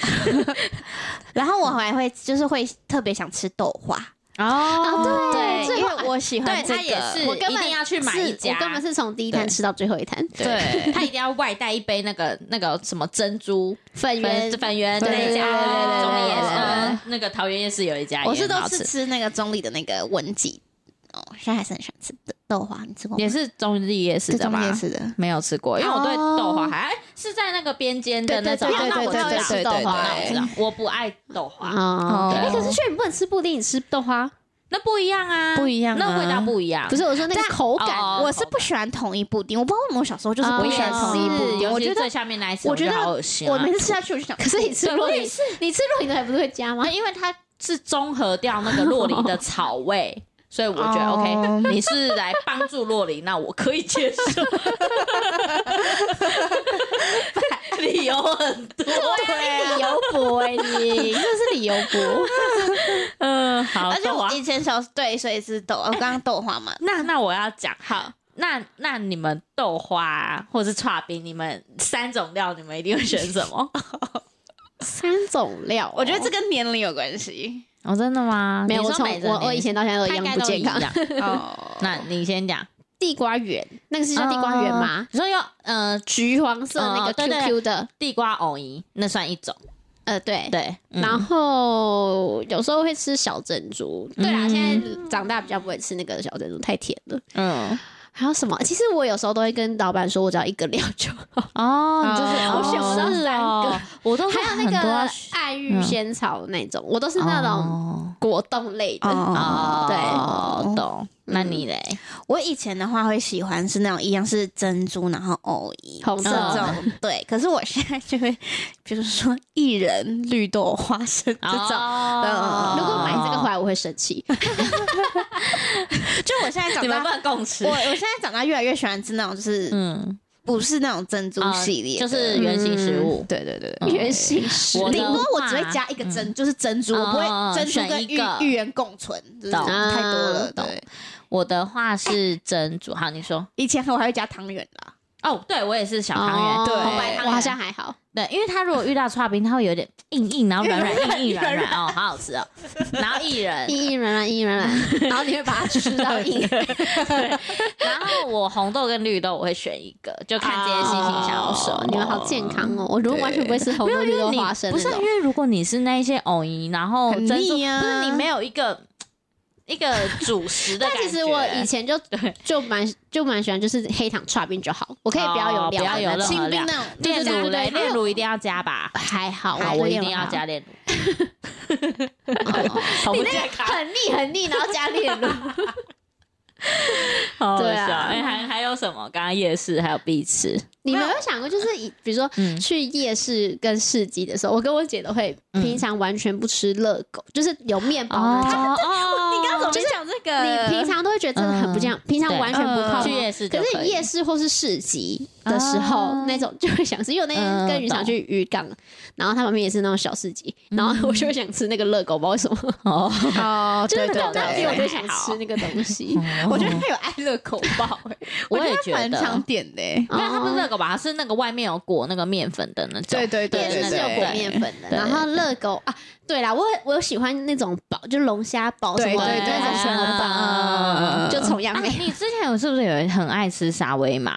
然后我还会就是会特别想吃豆花，
哦
对这
因
个
为我喜欢
对
这
他也
个
是，
我根本
一定要去买
是
一家，
我根本是从第一摊
对
吃到最后一摊。
对，他一定要外带一杯那个那个什么珍珠
粉圆
粉粉圆
对
那一
对对
家，
对对
中立夜
对
市
对对
呃那个桃园夜市有一家，
我是
也
都
很好
是
吃，
吃那个中立的那个文记，哦，现在还是很喜欢吃豆豆花，你吃过吗？
也是中立夜市
这
的
中
吗
立？也是的，
没有吃过，因为我对豆花还是在那个边间的那种，
对对对
那我知道
对对对对
那我
对
知道，我不爱豆花，
哦，
对
哎，可是虽然不能吃布丁，你吃豆花
那不一样啊，
不一样啊
那味道不一样，
不是我说那个
但
口感
哦
我是不喜欢同一布丁，我不知道为什么我小时候就是
哦
不
我
喜
也
欢同一布
是，
丁，
尤
我
其
觉
是
得
最下面那一层，
我觉得
好恶心啊，
我每次吃下去我就想，
可是你吃
对
洛
我
梨
也，
你吃洛梨的还不是会加吗
那？因为它是综合掉那个洛梨的草 *laughs* 味，所以我觉得、
哦
OK，你是来帮助洛梨，那我可以接 *laughs* 受。理由很多，
对，理由博哎，你这是理由博。
嗯，
*laughs*
好，
而且
豆
我
花
以前小对，所以是豆，我刚刚豆花
*laughs*
嘛，
那那我要讲嗯好。那那你们豆花、啊、或是刨冰，你们三种料，你们一定会选什么？
*laughs* 三种料，
我觉得这。跟年龄有关
*laughs*
系。
哦，真的吗
没有，我从我我以前到现在都一样不健康。
哦，
那你先讲，
地瓜圆，那个是叫地瓜圆吗？
你说要呃
橘黄色那
哦
个
对对
QQ 的，
地瓜藕泥，那算一种。
呃，对。
对，嗯
然后有时候会吃小珍珠，对啦，
嗯
现在长大比较不会吃那个小珍珠，太甜了。
嗯，
还有什么？其实我有时候都会跟老板说，我只要一个料就好。
哦，你就是
哦
哦
我想不到三个，
我都
还啊有那
很多要
个
选
爱玉仙草那种，我都是那种
哦
果冻类的。
哦，
对
对，懂。那你嘞？
我以前的话会喜欢是那种一样是珍珠，然后藕泥
红色
嗯
这种，对。可是我现在就会，比如说薏仁、绿豆、花生这种。
哦
嗯
如果买这个回，来，我会生气。
就我现在长
你们不
大，
能共吃
我。我现在长大越来越喜欢吃那种，就是
嗯，
不是那种珍珠
哦
系列的，
就是原型食物
嗯对对对对。
嗯
原型食
我
物
的
顶多我只
话
会加一个
嗯
珍，就是珍珠，我不
哦
会珍珠
选
跟
一
芋
个
芋圆共存，就是
懂
太多了。
啊
对，
我的话是蒸煮。好，你说。
以前我还会加汤圆啦，
哦，对我也是小汤圆。
对
红白汤圆
我好像还好。
对，因为它如果遇到刨冰，它会有点硬硬，然后软
软
软硬硬软
软
软哦，好好吃哦。然后薏仁，
硬硬软软，硬硬软软， *laughs* 然后你会把它吃到 *laughs* 硬。
然后我红豆跟绿豆我会选一个，就看今天心情想要什么
哦。你们好健康哦！我如果完全不会吃红
没
豆
有因
绿
为
豆
你
花生
不
那
是因
种，
为如果你是那一些藕泥，然后
很
珍珠，
腻啊
不是你没有一个。一 *laughs* 个主食的
但
感觉。
其实我以前就
对
就蛮就蛮喜欢，就是黑糖串冰就好，我可以不要有
哦
料，
不要有
那
任何
种
清
料
冰那种
炼
对对
乳
对
嘞，
对
炼乳一定要加吧。
还好啊，
好，
我
我一
有
定要
料
加炼乳，
哦
*laughs* 好不健康，
很腻很腻，然后加炼
*laughs*
乳。
*laughs* 好好
对
笑。
啊
哎，还还有什么？刚刚夜市还有必吃，
你没有想过，就是以比如说
嗯
去夜市跟市集的时候，我跟我姐都会
嗯
平常完全不吃热狗，就是有面包那种。
哦
你刚刚怎么
就是
没讲这个？
你平常都会觉得真的很不健康，平常
对
完全不
嗯
靠
哦 *laughs* 去
谱。
夜市就
可是
以，
夜市或是市集的时
哦
候，那种就会想吃，因为我那天
嗯
跟云长
懂
去渔港，然后它旁边也是那种小市集，然后我就会想吃那个热狗，不知道为什么，
嗯 *laughs* 哦，
*laughs*
哦，
就
对
是那
对
个哦东西，我
对，
就想吃那个东西。
我觉得他有爱乐口爆，哎
我也
觉
觉
得他蛮常
得，
点的，哎
*laughs* 没有，它不是
哦
热狗吧？它是那个外面有裹那个面粉的那种，
对对对
夜
对对
市是有裹
对。
面粉的，
对
然后热狗啊，对啦，我我有喜欢那种包，就龙虾包什
对
么的
对对
那种生
对
活包，
啊
嗯就崇洋
啊
媚
你你之前有是不是有很爱吃沙威玛？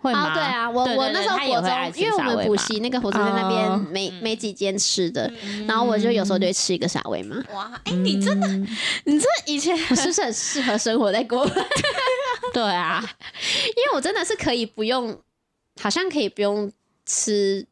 会吗？
啊，对啊，我
对对
我那时候
他也
国
会爱吃
中，因为我
沙
们
威
补
玛
习那个火车站那边
哦
没没几间吃的，
嗯
然后我就有时候就会吃一个沙威玛，
*laughs*
哇，哎、你真的，
嗯
你真的以前
我是不是很适合生活在国外？
对啊，
因为我真的是可以不用，好像可以不用吃。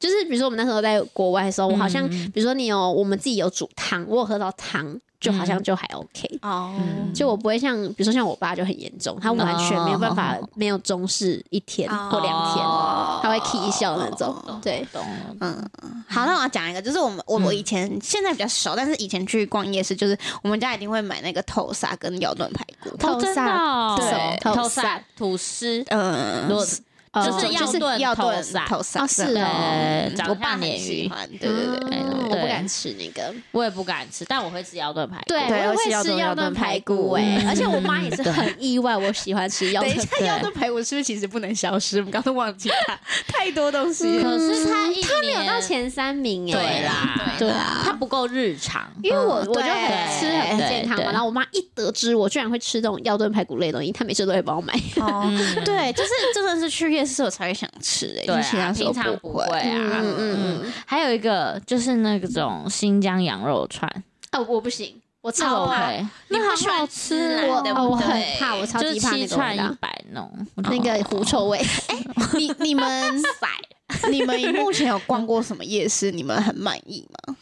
就是比如说我们那时候在国外的时候，我好像、
嗯
比如说你有我们自己有煮汤，我有喝到汤，就好像就还 OK。
哦
嗯
就我不会像，比如说像我爸就很严重，他完全没有办法
哦
没有中式一天
哦
或两天，
哦
他会 k 一笑那种
哦。
对，
懂
嗯，好，那我要讲一个，就是我们
嗯
我我以前、现在比较熟，但是以前去逛夜市，就是我们家一定会买那个头沙跟腰炖排骨。
透
真的
萨
哦
对
透
透
萨
萨
吐司，
嗯，
如果
哦
呃就是要炖
要
头
炖
沙
头沙，
哦是
对
哦
嗯
长
我
得
爸
像
很
鲶
喜
鱼
欢，对对对，
嗯
对
我不敢吃那个。
我也不敢吃，但我会吃腰炖排骨。
对，
对
我
我吃
也
腰
会吃
炖
腰
腰
炖
炖
排
排
骨
骨
哎、
嗯
而且我妈也 *laughs* 是很意外，我喜欢吃腰
等
炖
一。下，腰炖排骨是不是其实不能消失？我们刚刚忘记它， *laughs* 太多东西 *laughs* 了。
可是他一
她没有
年
到前三名哎、
对啦，
欸对啊。
它不够日常。
因为我
嗯
我就很
对
吃很健康
对
嘛，
对
然后我妈一得知我居然会吃这种腰炖排骨类的东西，她每次都会帮我买。
哦，对，就是真的是去夜市我才会想吃、欸，
对
因为其
啊，
他时候
平常不
会。
会啊。
嗯嗯嗯，
还有一个就是那种新疆羊肉串，
哦，我不行，我
这
超
个
怕，
会，
你不
那
喜欢吃
好
辣
我
对
哦，
不
我
对
很怕，我超
就是
级怕
七
那个味
串
道
一，百弄
那个狐臭
*laughs*
味。
哎
你你们 *laughs* 你们目前有逛过什么夜市？你们很满意吗？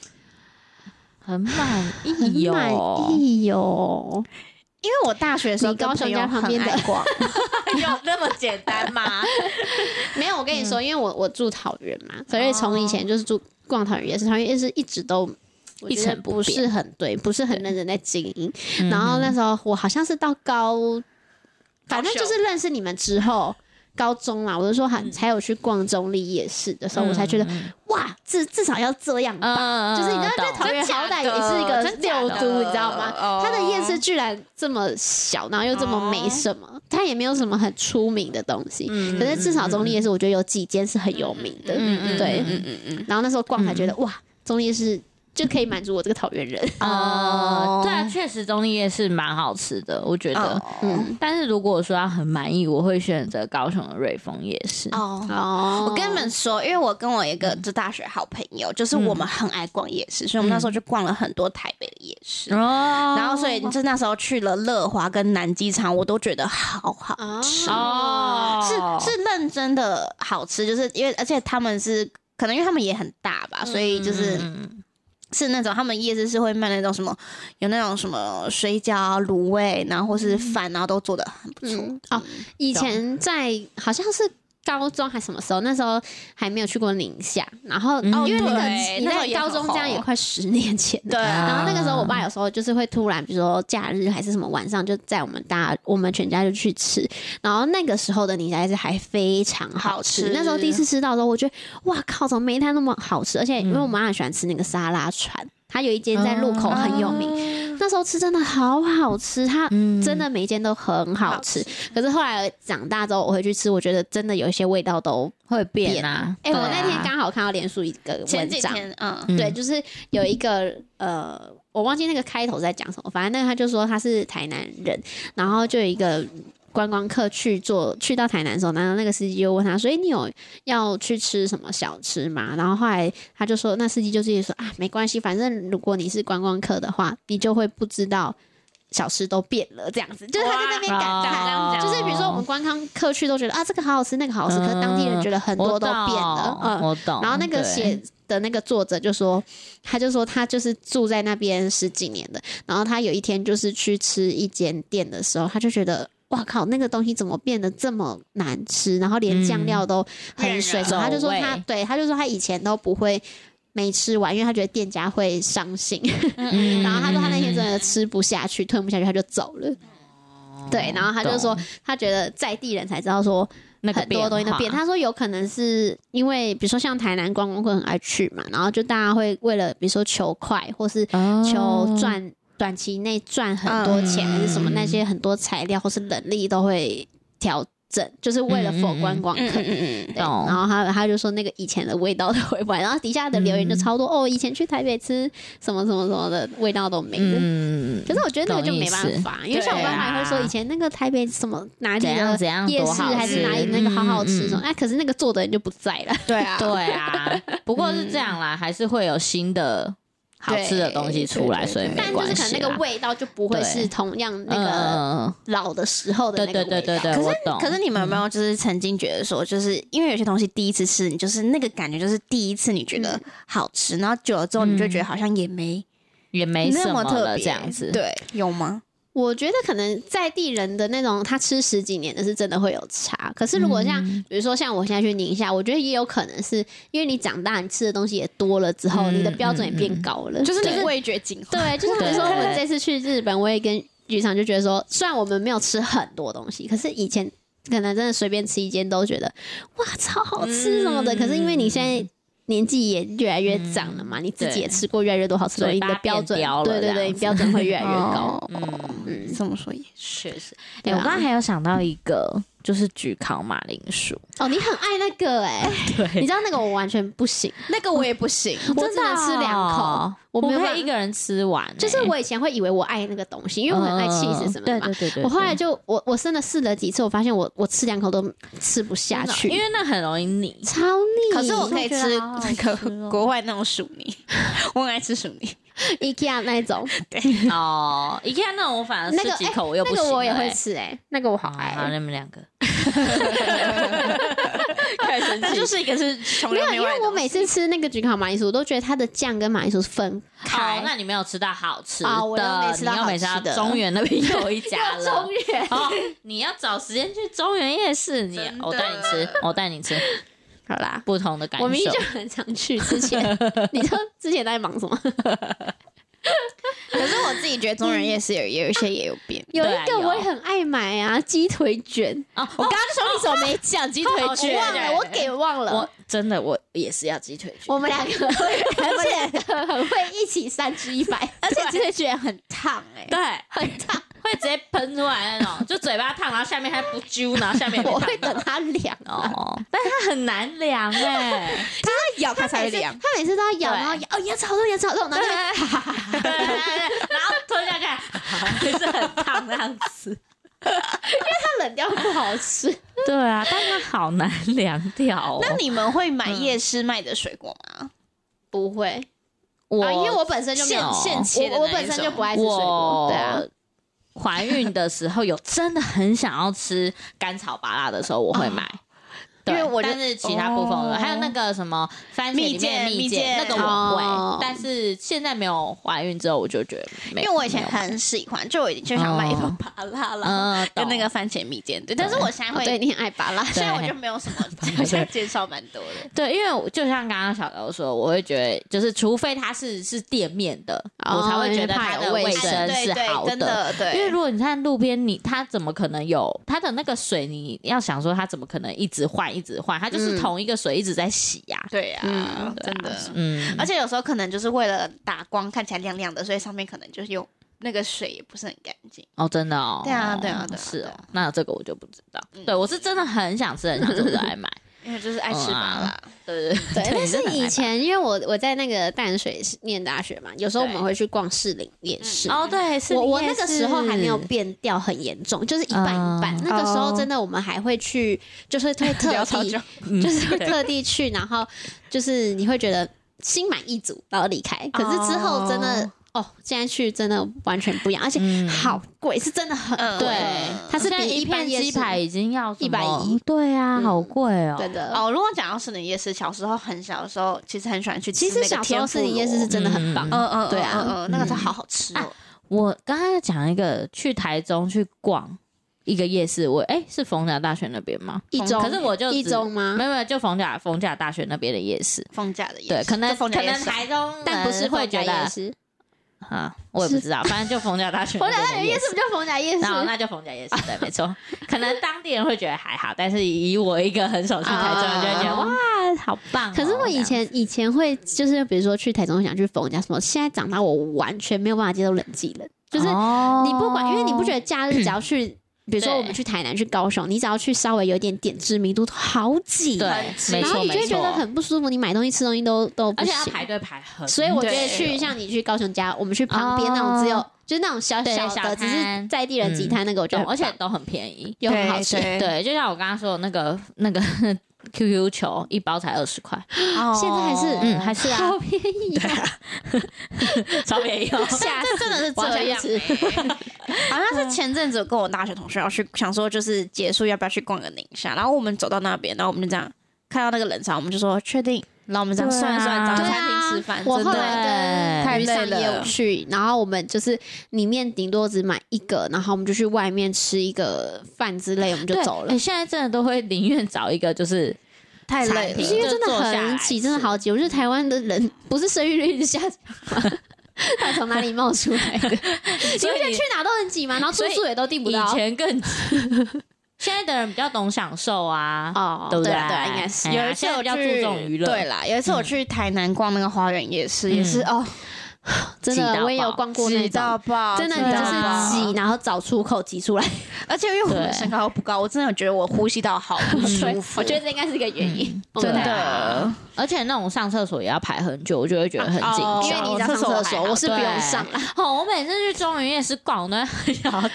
很满
很
意哦哟
满。意哟，
因为我大学的时候
你高
跟
雄
朋友
家旁
很
边的
爱逛，
有哎那么简单吗？
*laughs* 没有，我跟你
嗯
说，因为我我住桃园嘛，所以从以前就是住逛桃园夜市，桃园夜市一直都。我觉得
哦一成不
不
变嗯
是很对，不是很认真在经营。然后那时候我好像是到高，反正就是认识你们之后，高中嘛，我就说还
嗯
才有去逛中立夜市的时 *laughs* 候，我才觉得哇，至至少要这样吧。
嗯，
就是你知
懂
道，在桃园
真
好
假
歹
的
也是一个
真假
六
的
都，你知道吗？
*laughs* 哦
它的夜市居然这么小，然后又这么没什
哦
么，它也没有什么很出名的东西。
嗯
可是至少中立夜市，我觉得有几间是很有名的。
嗯嗯
对，
嗯嗯嗯，
然后那时候逛才觉得哇，中立夜市就可以满足我这个桃园人。
哦，对啊，确实中立夜市蛮好吃的，我觉得。
嗯
嗯，
但是如果说要很满意，我会选择高雄的瑞丰夜市。
哦。
哦
我跟你们说，因为我跟我一个就大学好朋友，就是我们很爱逛夜市，所以我
嗯
们那时候就逛了很多台北的夜市，
哦
然后所以就那时候去了乐华跟南机场，我都觉得好好
哦
吃
哦，
是是认真的好吃，就是因为而且他们是可能因为他们也很大吧，所以就是、
嗯
是那种他们夜市是会卖那种什么有那种什么水饺、啊卤味，然后或是饭，啊然后都做的很不错。
嗯哦，以前在好像是高中还什么时候，那时候还没有去过宁夏，然后、
哦
因为那个
嗯对
你
那时候
在
也
高
很
中这样
红
也快十年前了。
对啊
然后那个时候，我爸有时候就是会突然，比如说假日还是什么晚上，就载我们大我们全家就去吃。然后那个时候的宁夏夜市还非常好吃。
好吃
那时候第一次吃到的时候，我觉得哇靠，怎么每一摊那么好吃？而且因为我妈很喜欢吃那个沙拉串，它有一间在路口很有名。那时候吃真的好好吃，它
嗯
真的每一间都很好吃。可是后来长大之后，我回去吃，我觉得真的有一些味道都……
会变啊。
哎、我
对啊
那天刚好看到连书一个
前
文
几
章，
天，嗯，
嗯
对，啊就是有一个呃，我忘记那个开头在讲什么，反正那个他就说他是台南人，然后就有一个观光客去做去到台南的时候，然后那个司机就问他说：“哎、你有要去吃什么小吃吗？”然后后来他就说，那司机就自己说：“啊，没关系，反正如果你是观光客的话，你就会不知道。”小吃都变了，这样子，就是他在那边
哇
感
哦
叹。就是比如说我们观光客去都觉得啊这个好好吃，那个好好吃，可是当地人觉得很多都变了，嗯
我懂，我懂。
然后那个
哦对
写的那个作者就说，他就说他就是住在那边十几年的，然后他有一天就是去吃一间店的时候，他就觉得。哇靠！那个东西怎么变得这么难吃？然后连酱料都很水，
嗯
然后他就
走
说
味
他对，他就说他以前都不会没吃完，因为他觉得店家会伤心。
嗯
*laughs* 然后他说他那天真的吃不下去，吞不下去，他就走了。
哦
对，然后他就说他觉得在地人才知道说
嗯那个
很多东西都变。
化
他说有可能是因为，比如说像台南观光客很爱去嘛，然后就大家会为了比如说求快，或是
哦
求赚短期内赚很多钱，
嗯
还是什么那些很多材料或是人力都会调整，就是为了否观光客。
嗯嗯
对
懂
然后他他就说那个以前的味道都回不来，然后底下的留言就超
嗯
多、哦，以前去台北吃什么什么什么的味道都没了。
嗯，
可是我觉得那个就没办法，因为像我爸妈也会说
对啊
以前那个台北什么哪里
怎样
的
怎样
夜
嗯多
市
好吃
还是哪里那个好好吃什
嗯
么，
嗯
那、可是那个做的人就嗯不在了。
*laughs* 对啊，
对啊，不过是这样啦，还是会有新的好吃的东西出
对对
来，
对
所以没
但就是
关
可能
系
那
啦
个。味道就不会
对
是同样那个
嗯，
老的时候
对
的那个
对
味道。
对对对，
可
我
是
懂。
可是你们有没有就是曾经觉得说，就是因为有些东西第一次吃，你就是那个感觉，就是第一次你觉得好吃，然后久了之后你就觉得好像也没
也没什
那么特
了，
别
这样子。
对，有吗？
我觉得可能在地人的那种，他吃十几年的是真的会有差。可是如果像、
嗯
比如说像我现在去宁夏，我觉得也有可能是因为你长大，你吃的东西也多了之后，
嗯
你的标准也变高了，
就是
对
你味觉进化，
对，就是比如说
对
我这次去日本，我也跟剧场就觉得说，虽然我们没有吃很多东西，可是以前可能真的随便吃一间都觉得哇超好吃什么的，
嗯
可是因为你现在。年纪也越来越长了嘛，你自己也吃过越来越多好吃的，
嘴
你
巴
的标准
变刁，了
对对
这
对，
样
你
子
标准会越来
越
越高。
高。
嗯，
嗯，
这么说也
确实。哎，
对啊
我刚刚还有想到一个，就是焗烤马铃薯。
哦，你很爱那个哎，你
*laughs* 对
知，道那个我完全不行，
那个我也不行，
我只能吃两口，，我
我
没有
可
办
以一
法。
个人吃完。欸
就是我以前会以为我爱那个东西，因为我很爱
嗯
cheese 什么的
对
嘛
对，对对，
我后来
对
就我我真的试了几次，我发现我我吃两口都吃不下去，
因为那很容易腻。
超腻。
可是我可以吃那
哦
个国外那种薯泥， *laughs* 我很爱吃薯泥。
IKEA 那一种，
哦，一看那种我反而
那个
吃几口我又
那
不行
个
了。啊
我也会
哎
吃哎、那个我好
好，欸好，
爱。
你们两个。
但就是一个是从
没
来
有，
没
因
有爱的
为我每次吃那个焗烤马铃薯，我都觉得它的酱跟马铃薯是分
好，
开。
那你没有吃到好吃的，
啊我又没吃到
你又没吃
好吃的
中原那边有一家了
中。原，
哦，你要找时间去中原夜市，你
真的
我带你吃，我带你吃
好啦，
不同的感
我
受。
明明就很常去。之前你说之前在忙什么？
*laughs* 可是我自己觉得中人夜市有也有一些也有变，
有
对
一
啊
个
有
我也很爱买啊，鸡腿卷。
哦，
我刚刚说你怎么没讲鸡腿卷？
哦
忘了，我给忘了。
我真的我也是要鸡腿卷，
我们两个，而且很会一起三吃一百， *laughs* 而且真的觉得很欸
烫 *laughs* 哎
对，
很烫，
会直接喷出来那
*laughs*
种，就嘴巴烫，然后下面还不揪，然后下面也没
我
烫
会等它凉。
哦， *laughs* 但它很难凉哎，
咬它才会
每次
凉。
他每次都要咬，
对
然后咬，哦，牙齿好痛，牙齿好痛，然后
对
就
对
会
对对，然后 *laughs* 吞下去还是很烫那样
*laughs*
子。
它冷掉不好吃。
对啊，但它好难凉掉哦
那你们会买夜市卖的水果吗？
不会，
我
啊，因为我本身就没有
现现
切的
我我
那一
本身就
种
不爱吃水果，
我
对啊，
怀孕的时候有真的很想要吃甘草芭辣的时候，我会买。对
啊因为我就
但是其他部分我
哦
还有那个什么番茄里面的
蜜饯蜜
蜜
饯
饯，那个我
哦
会，但是现在没有怀孕之后，我就觉得没，
嗯
因为我以前很喜欢，就我已经就想买一份芭拉了，
嗯
*laughs* 跟那
懂
个番茄蜜饯对。但是
对
我现在
我
会，
哦对你很爱巴拉。
现在我
对
就没有什么，
*laughs*
我现在减少蛮多的。
对，因为我就像刚刚小刘说，我会觉得就是，除非它是是店面的，我才会觉得它
哦因为怕有
的
卫
卫
生
生
对
是好
对，真的对，
因为如果你看路边，你它怎么可能有它的那个水？你要想说它怎么可能一直换一直换？它就是
嗯
同一个水一直在洗呀、
对啊
嗯，
真
对啊
的。
嗯，
而且有时候可能就是为了打光看起来亮亮的，所以上面可能就是有那个水也不是很干净。
哦，真的哦，
对啊对啊对啊
是
对
哦
啊，
那这个我就不知道。
嗯
对我是真的很想吃，很想吃，我就爱买。
因为就是爱吃
嗯
麻
哦
啊
辣，
对 *laughs* 对
*laughs* 对，但
真的
是
很爱
以
买
前因为我我在那个淡水念大学嘛，有时候我们
对
会去逛士林夜市，
哦，对，是
我我
你
那
也
个时候还没有变调很严重，就是一半一半。
嗯
那个时候真的我们还会去，就是会特
聊超
地
久，
嗯
就是会
对
特地去，然后就是你会觉得心满意足，然后离开。可是之后真的哦，现在去真的完全不一样，而且
嗯
好贵，是真的很
嗯
贵。
对
它是
现在
比
一
一般
片
夜
鸡
市
排已经要什么
110，
对啊，
嗯
好贵哦。
对的。
哦，如果讲到士林夜市，小时候很小的时候，其实很喜欢去吃
其
那
实
个
小时候
天
士
妇
林夜市
罗
是真的很棒，
嗯
嗯嗯，
对啊
嗯嗯，那个
嗯
菜好好吃哦。
我刚刚要讲一个，去台中去逛一个夜市，我哎、是逢甲大学那边吗？
一中
可是我就
一
只
中吗
没？有没有，就逢甲逢甲大学那边的夜市。
放假的夜
对，
市，
可能
就逢
可
甲夜
能
市啊
台中，
但不是
会觉得
是
啊，我也不知道，反正就逢甲大学那边的夜市。
不叫逢甲夜
然后那就逢甲夜市对，没错。可能当地人会觉得还好，但是以我一个很少去台中，人就会觉得哇，好棒哦。
啊可是我以前以前会就是比如说去台中想去逢甲什么，现在长大我完全没有办法接受冷气冷，
这
就是
样哦
你不管，因为你不觉得假
*clears throat*
日只要去。比如说
对
我们去台南、去高雄，你只要去稍微有一点点知名度，好挤，啊
对
很，挤
没
然后
错
你就
没
会觉得
错，
很不舒服，你买东西、吃东西都都不
而且
行。
要排队排很久，
所以我觉得
对
去像你去高雄家，我们去旁边那种只有、
哦
就是那种小
对小摊
的，只是在地人集摊那个，我觉得
懂，而
很棒
且都很便宜。
又很好吃。
对
对，就像我刚刚说的那个那个 *laughs* QQ 球，一包才二十块，
哦
现在还是
嗯，还是啊，
好便宜啊、
*laughs* 超便宜哦。
但这真的是
我好
这
想
样
吃
欸、 *laughs* 好像是前阵子跟我大学同学要去，想说就是结束要不要去逛个宁夏，然后我们走到那边，然后我们就这样看到那个冷潮，我们就说确定，然后我们这样
对啊
算一算，找个
对
餐
啊
厅吃饭，
我
真
后
的
来
太
跟鱼
累
上
了
也有去，然后我们就是里面顶多只买一个，然后我们就去外面吃一个饭之类，我们就
对
走了
哎。现在真的都会宁愿找一个就是
太累
餐厅
了
是。因为
就
真的
坐下来
很挤，
吃
真的好挤。我觉得台湾的人不是生育率一直下降吗，他从哪里冒出
*laughs*
来的？你不
所以
觉得
你
去哪都很挤吗？然后住
所以
宿也都订不
以
到。
前更挤，现在的人比较懂享受啊，
哦
对不
对
对
啊对啊应该是
哎呀
有一次
现在
我
比较注
去
重娱乐，嗯
对啦，有一次我去台南逛那个花园夜市，也是哦，
真
挤
的，
到
我也有
爆
逛过那
挤到
种，
爆，
真的
挤
你就
到爆
是挤，然后找出口挤出来。
而且因为我
对
们身高不高，我真的觉得我呼吸道好不舒服。
我觉得这应该是一个原因，
嗯
真
对
的
啊，而且那种上厕所也要排很久，我就会觉得很紧
哦
张。
因为你在上
厕所
厕所，
还好
我是不用上了。
哦，我每次去中原夜市逛，我都很想要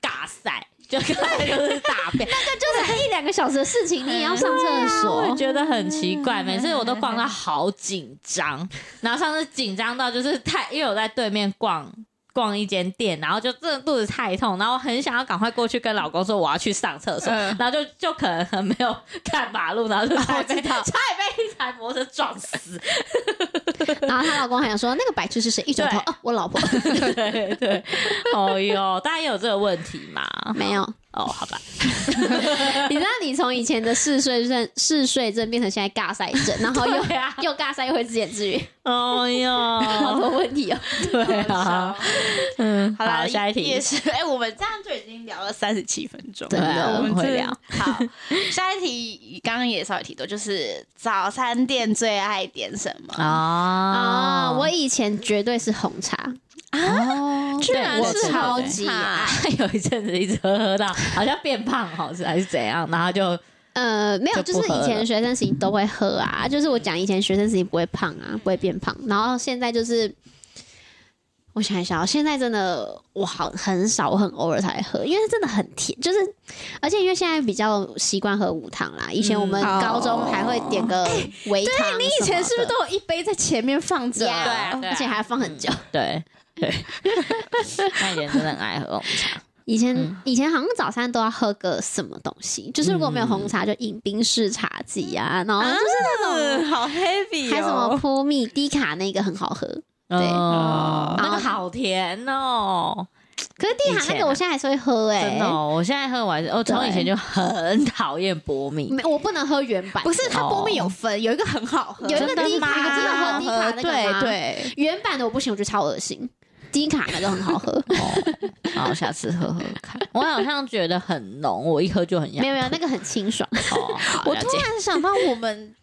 尬塞，就刚才就是大便，
就才一两个小时的事情，你也要上厕
我也
所。
觉得很奇怪。每次我都逛到好紧张，然后上次紧张到就是太，因为我在对面逛。逛一间店，然后就真的肚子太痛，然后很想要赶快过去跟老公说我要去上厕所，
嗯
然后就就可能很没有看马路，然后就差点被差点被一台摩托车撞死，
然后她老公还想说，那个白痴是谁？一转头，
啊对
哦，我老婆 *laughs*
对对，哦哟，大家也有这个问题嘛？
没有。
哦，好吧，
*laughs* 你知道，你从以前的嗜睡症、嗜睡症变成现在尬塞症，然后又
对啊
又尬塞，又会自言自语，
哦
好 *laughs*
哟，
多问题哦。
对
*laughs*
啊，嗯，
好
啦，
啦，
下一
也
题，
是 *laughs* 哎、我们这样就已经聊了三十七分钟，
真的
对啊
我
我
们
们
会
真的
聊。
好，下一题刚刚也稍微提到，就是早餐店最爱点什么？
啊
啊，我以前绝对是红茶，
哦，
居然
对我
是
知道
好
超
对
级
爱，
有一阵子一直喝喝到，好像变胖，好是还是怎样，然后就
呃，没有，
就
就
不
是
喝
以
了
前学生时期都会喝啊，就是我讲以前学生时期不会胖啊，不会变胖，然后现在就是。我想一想哦，现在真的我好很少，我很偶尔才喝，因为真的很甜，就是而且因为现在比较习惯喝无糖啦。以前我们
嗯
高中
哦
还会点个微糖、对你
以前是不是都有一杯在前面放着？
对啊
对啊
而且还要放很久。
对对，那以前真的很爱喝红茶，
以前、
嗯
以前好像早餐都要喝个什么东西，就是如果没有红
嗯
茶，就饮冰式茶几啊，然后就是那种、
嗯，好 heavy
还有什么扑蜜低卡那个很好喝，对
哦
然
那
后
个好甜哦，
可是低
以前
卡
啊
那个我现在还是会喝哎、
真的哦，我现在喝完，我从以前就很讨厌薄米，
没我不能喝原版的，
不是，它波面有分，有一个很好喝，
有一个低
真的
卡真的喝低卡那个
对
吗
对。
原版的我不行，我觉得超恶心。低卡那个很
*laughs*
好喝，
哦，好，下次喝喝看。我好像觉得很浓，我一喝就很想
没有
*laughs*
没有，那个很清爽。
哦，好
我
了
突
解
然想到，我们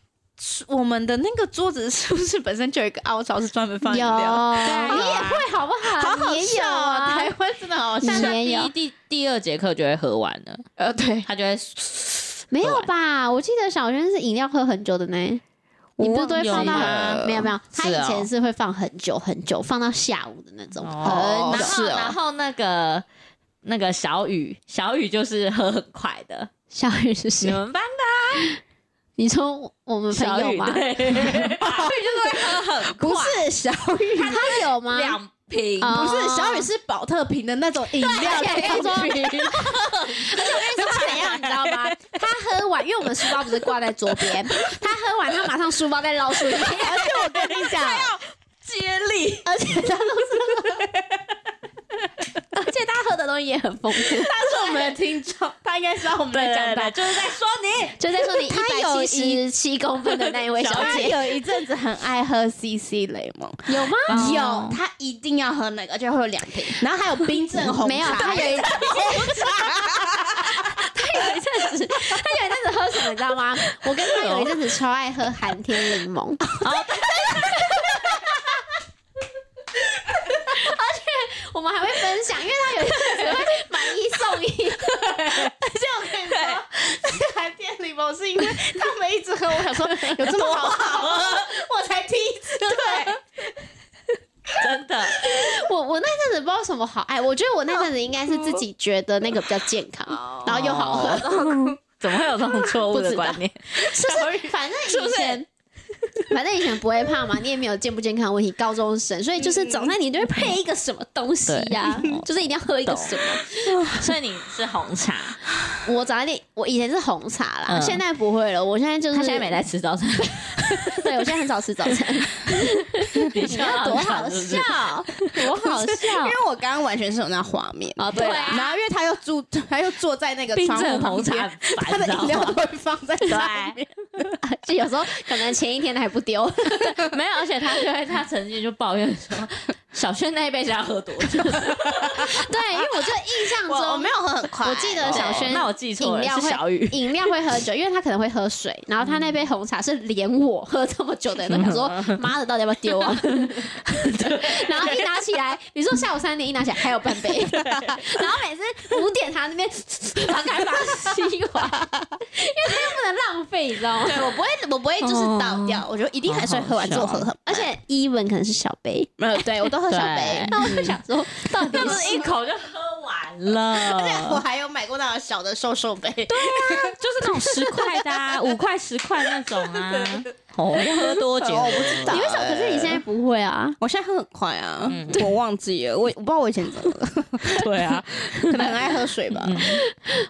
我们的那个桌子是不是本身就有一个凹槽是专门放饮
有，
料？
啊
你也会好不好？
好好
你也
笑
有
哦
啊
台湾真的好
你
像
但是第
也
一
有
第第二节课就会喝完了，
嗯呃，对，
他就会
没有吧？我记得小轩是饮料喝很久的呢。你不是都会放
忘记
到
了
没有没有，他
是
以
哦
前是会放很久很久，放到下午的那种，
哦
很
呃然
久。
后
是哦
然后那个那个小雨，小雨就是喝很快的，
小雨是
你
谁？
们班
你说我们朋友吗？
对，嗯去就是会喝很快，
不是小雨，
他有吗？
两瓶。
哦
不是小雨是宝特瓶的那种
*laughs* 哎
饮料
对
那种
我跟
瓶，
因为是怎样，你知道吗？他喝完，因为我们书包不是挂在桌 *laughs* 边，他喝完，他马上书包再捞出一瓶，而且我跟你讲，
接力，
而且他都是， *laughs* 而且他喝的东西也很丰富，
他是我们的听
*laughs*
众，他应该知道我们
对
在讲
对对，
他。
就是在说你，
就在说你一
他有
百七十七公分的那一位小
他
姐，
有一阵子很爱喝 CC 雷蒙，
有吗？
哦
有他一定要喝那个，而且会有两瓶， *laughs* 然后还有冰镇红茶，
没有，他
*laughs*
有一他有一阵子，他有一阵子喝什么，你知道吗？我跟他有一阵子超爱喝寒天柠
*laughs*
檬，
哦
而 *laughs* 且我们还会分享，因为他有一阵子会买一送一，
*laughs* 来店里檬是因为他们一直喝，我想 *laughs* 说有这么好喝，我才第一次。对，
真的，
*laughs* 我我那阵子不知道什么好爱，我觉得我那阵子应该是自己觉得那个比较健
哦
康，然后又好喝，
怎么会有这种错误
不知
的
道
观念？
就是反
是
正
不
以
是
前。反正以前不会胖嘛，你也没有健不健康的问题，高中生，所以就是早餐你就会配一个什么东西呀、
嗯对哦
就是一定要喝一个
懂
什么。
所以你是红茶，
我早餐店我以前是红茶啦，
嗯
现在不会了，我现在就是
他现在没在，吃早餐，
对我现在很少吃早
*laughs*
餐，
你
你
笑
看
到
多
喘
好
是不是 *laughs*
笑，多好笑
因为我刚刚完全是有那画面。
哦，对
对
啊，
然后因为他又住，他又坐在那个
冰
窗户
镇红茶
旁边，
很
*laughs* 他
烦，
的饮料都会放在
对
上面。
啊！就有时候可能前一天还不丢，
没有，而且他就会，他曾经就抱怨说，小轩那一杯是要喝多久？
啊对，因为我就印象
我我
中
没有喝很快，
我记得小轩
哦那我记错
饮
了，
料
是
会
小雨。
饮料会喝酒，因为他可能会喝水，然后他那杯红茶是连我喝这么久的人都想
*laughs* 嗯
说，妈的，到底要不要丢啊？ *laughs* 然后一拿起来，比如说下午三点一拿起来还有半
*laughs*
杯，然后每次五点他那边 *laughs* 把开把它吸完，因为他又不能浪费，你知道吗？
对我哦不会，我不会就是倒掉，我就一定还是会喝完之后喝很，
而且 even 可能是小
*laughs*
杯，
没有，对我都喝小杯
对。
那我就想说，到底
那不
是
是一口就喝完
而且 *laughs* 我
了，
还有买过那种小的瘦瘦杯，
就是那种十块的、 *laughs* 啊，五块、十块那种啊。哦，要喝多久？
我不知道
你为什么？可是你现在不会啊？
我现在喝很快啊
嗯，
我忘记了，我我不知道我以前怎么了，
对啊，
可能很爱喝水吧。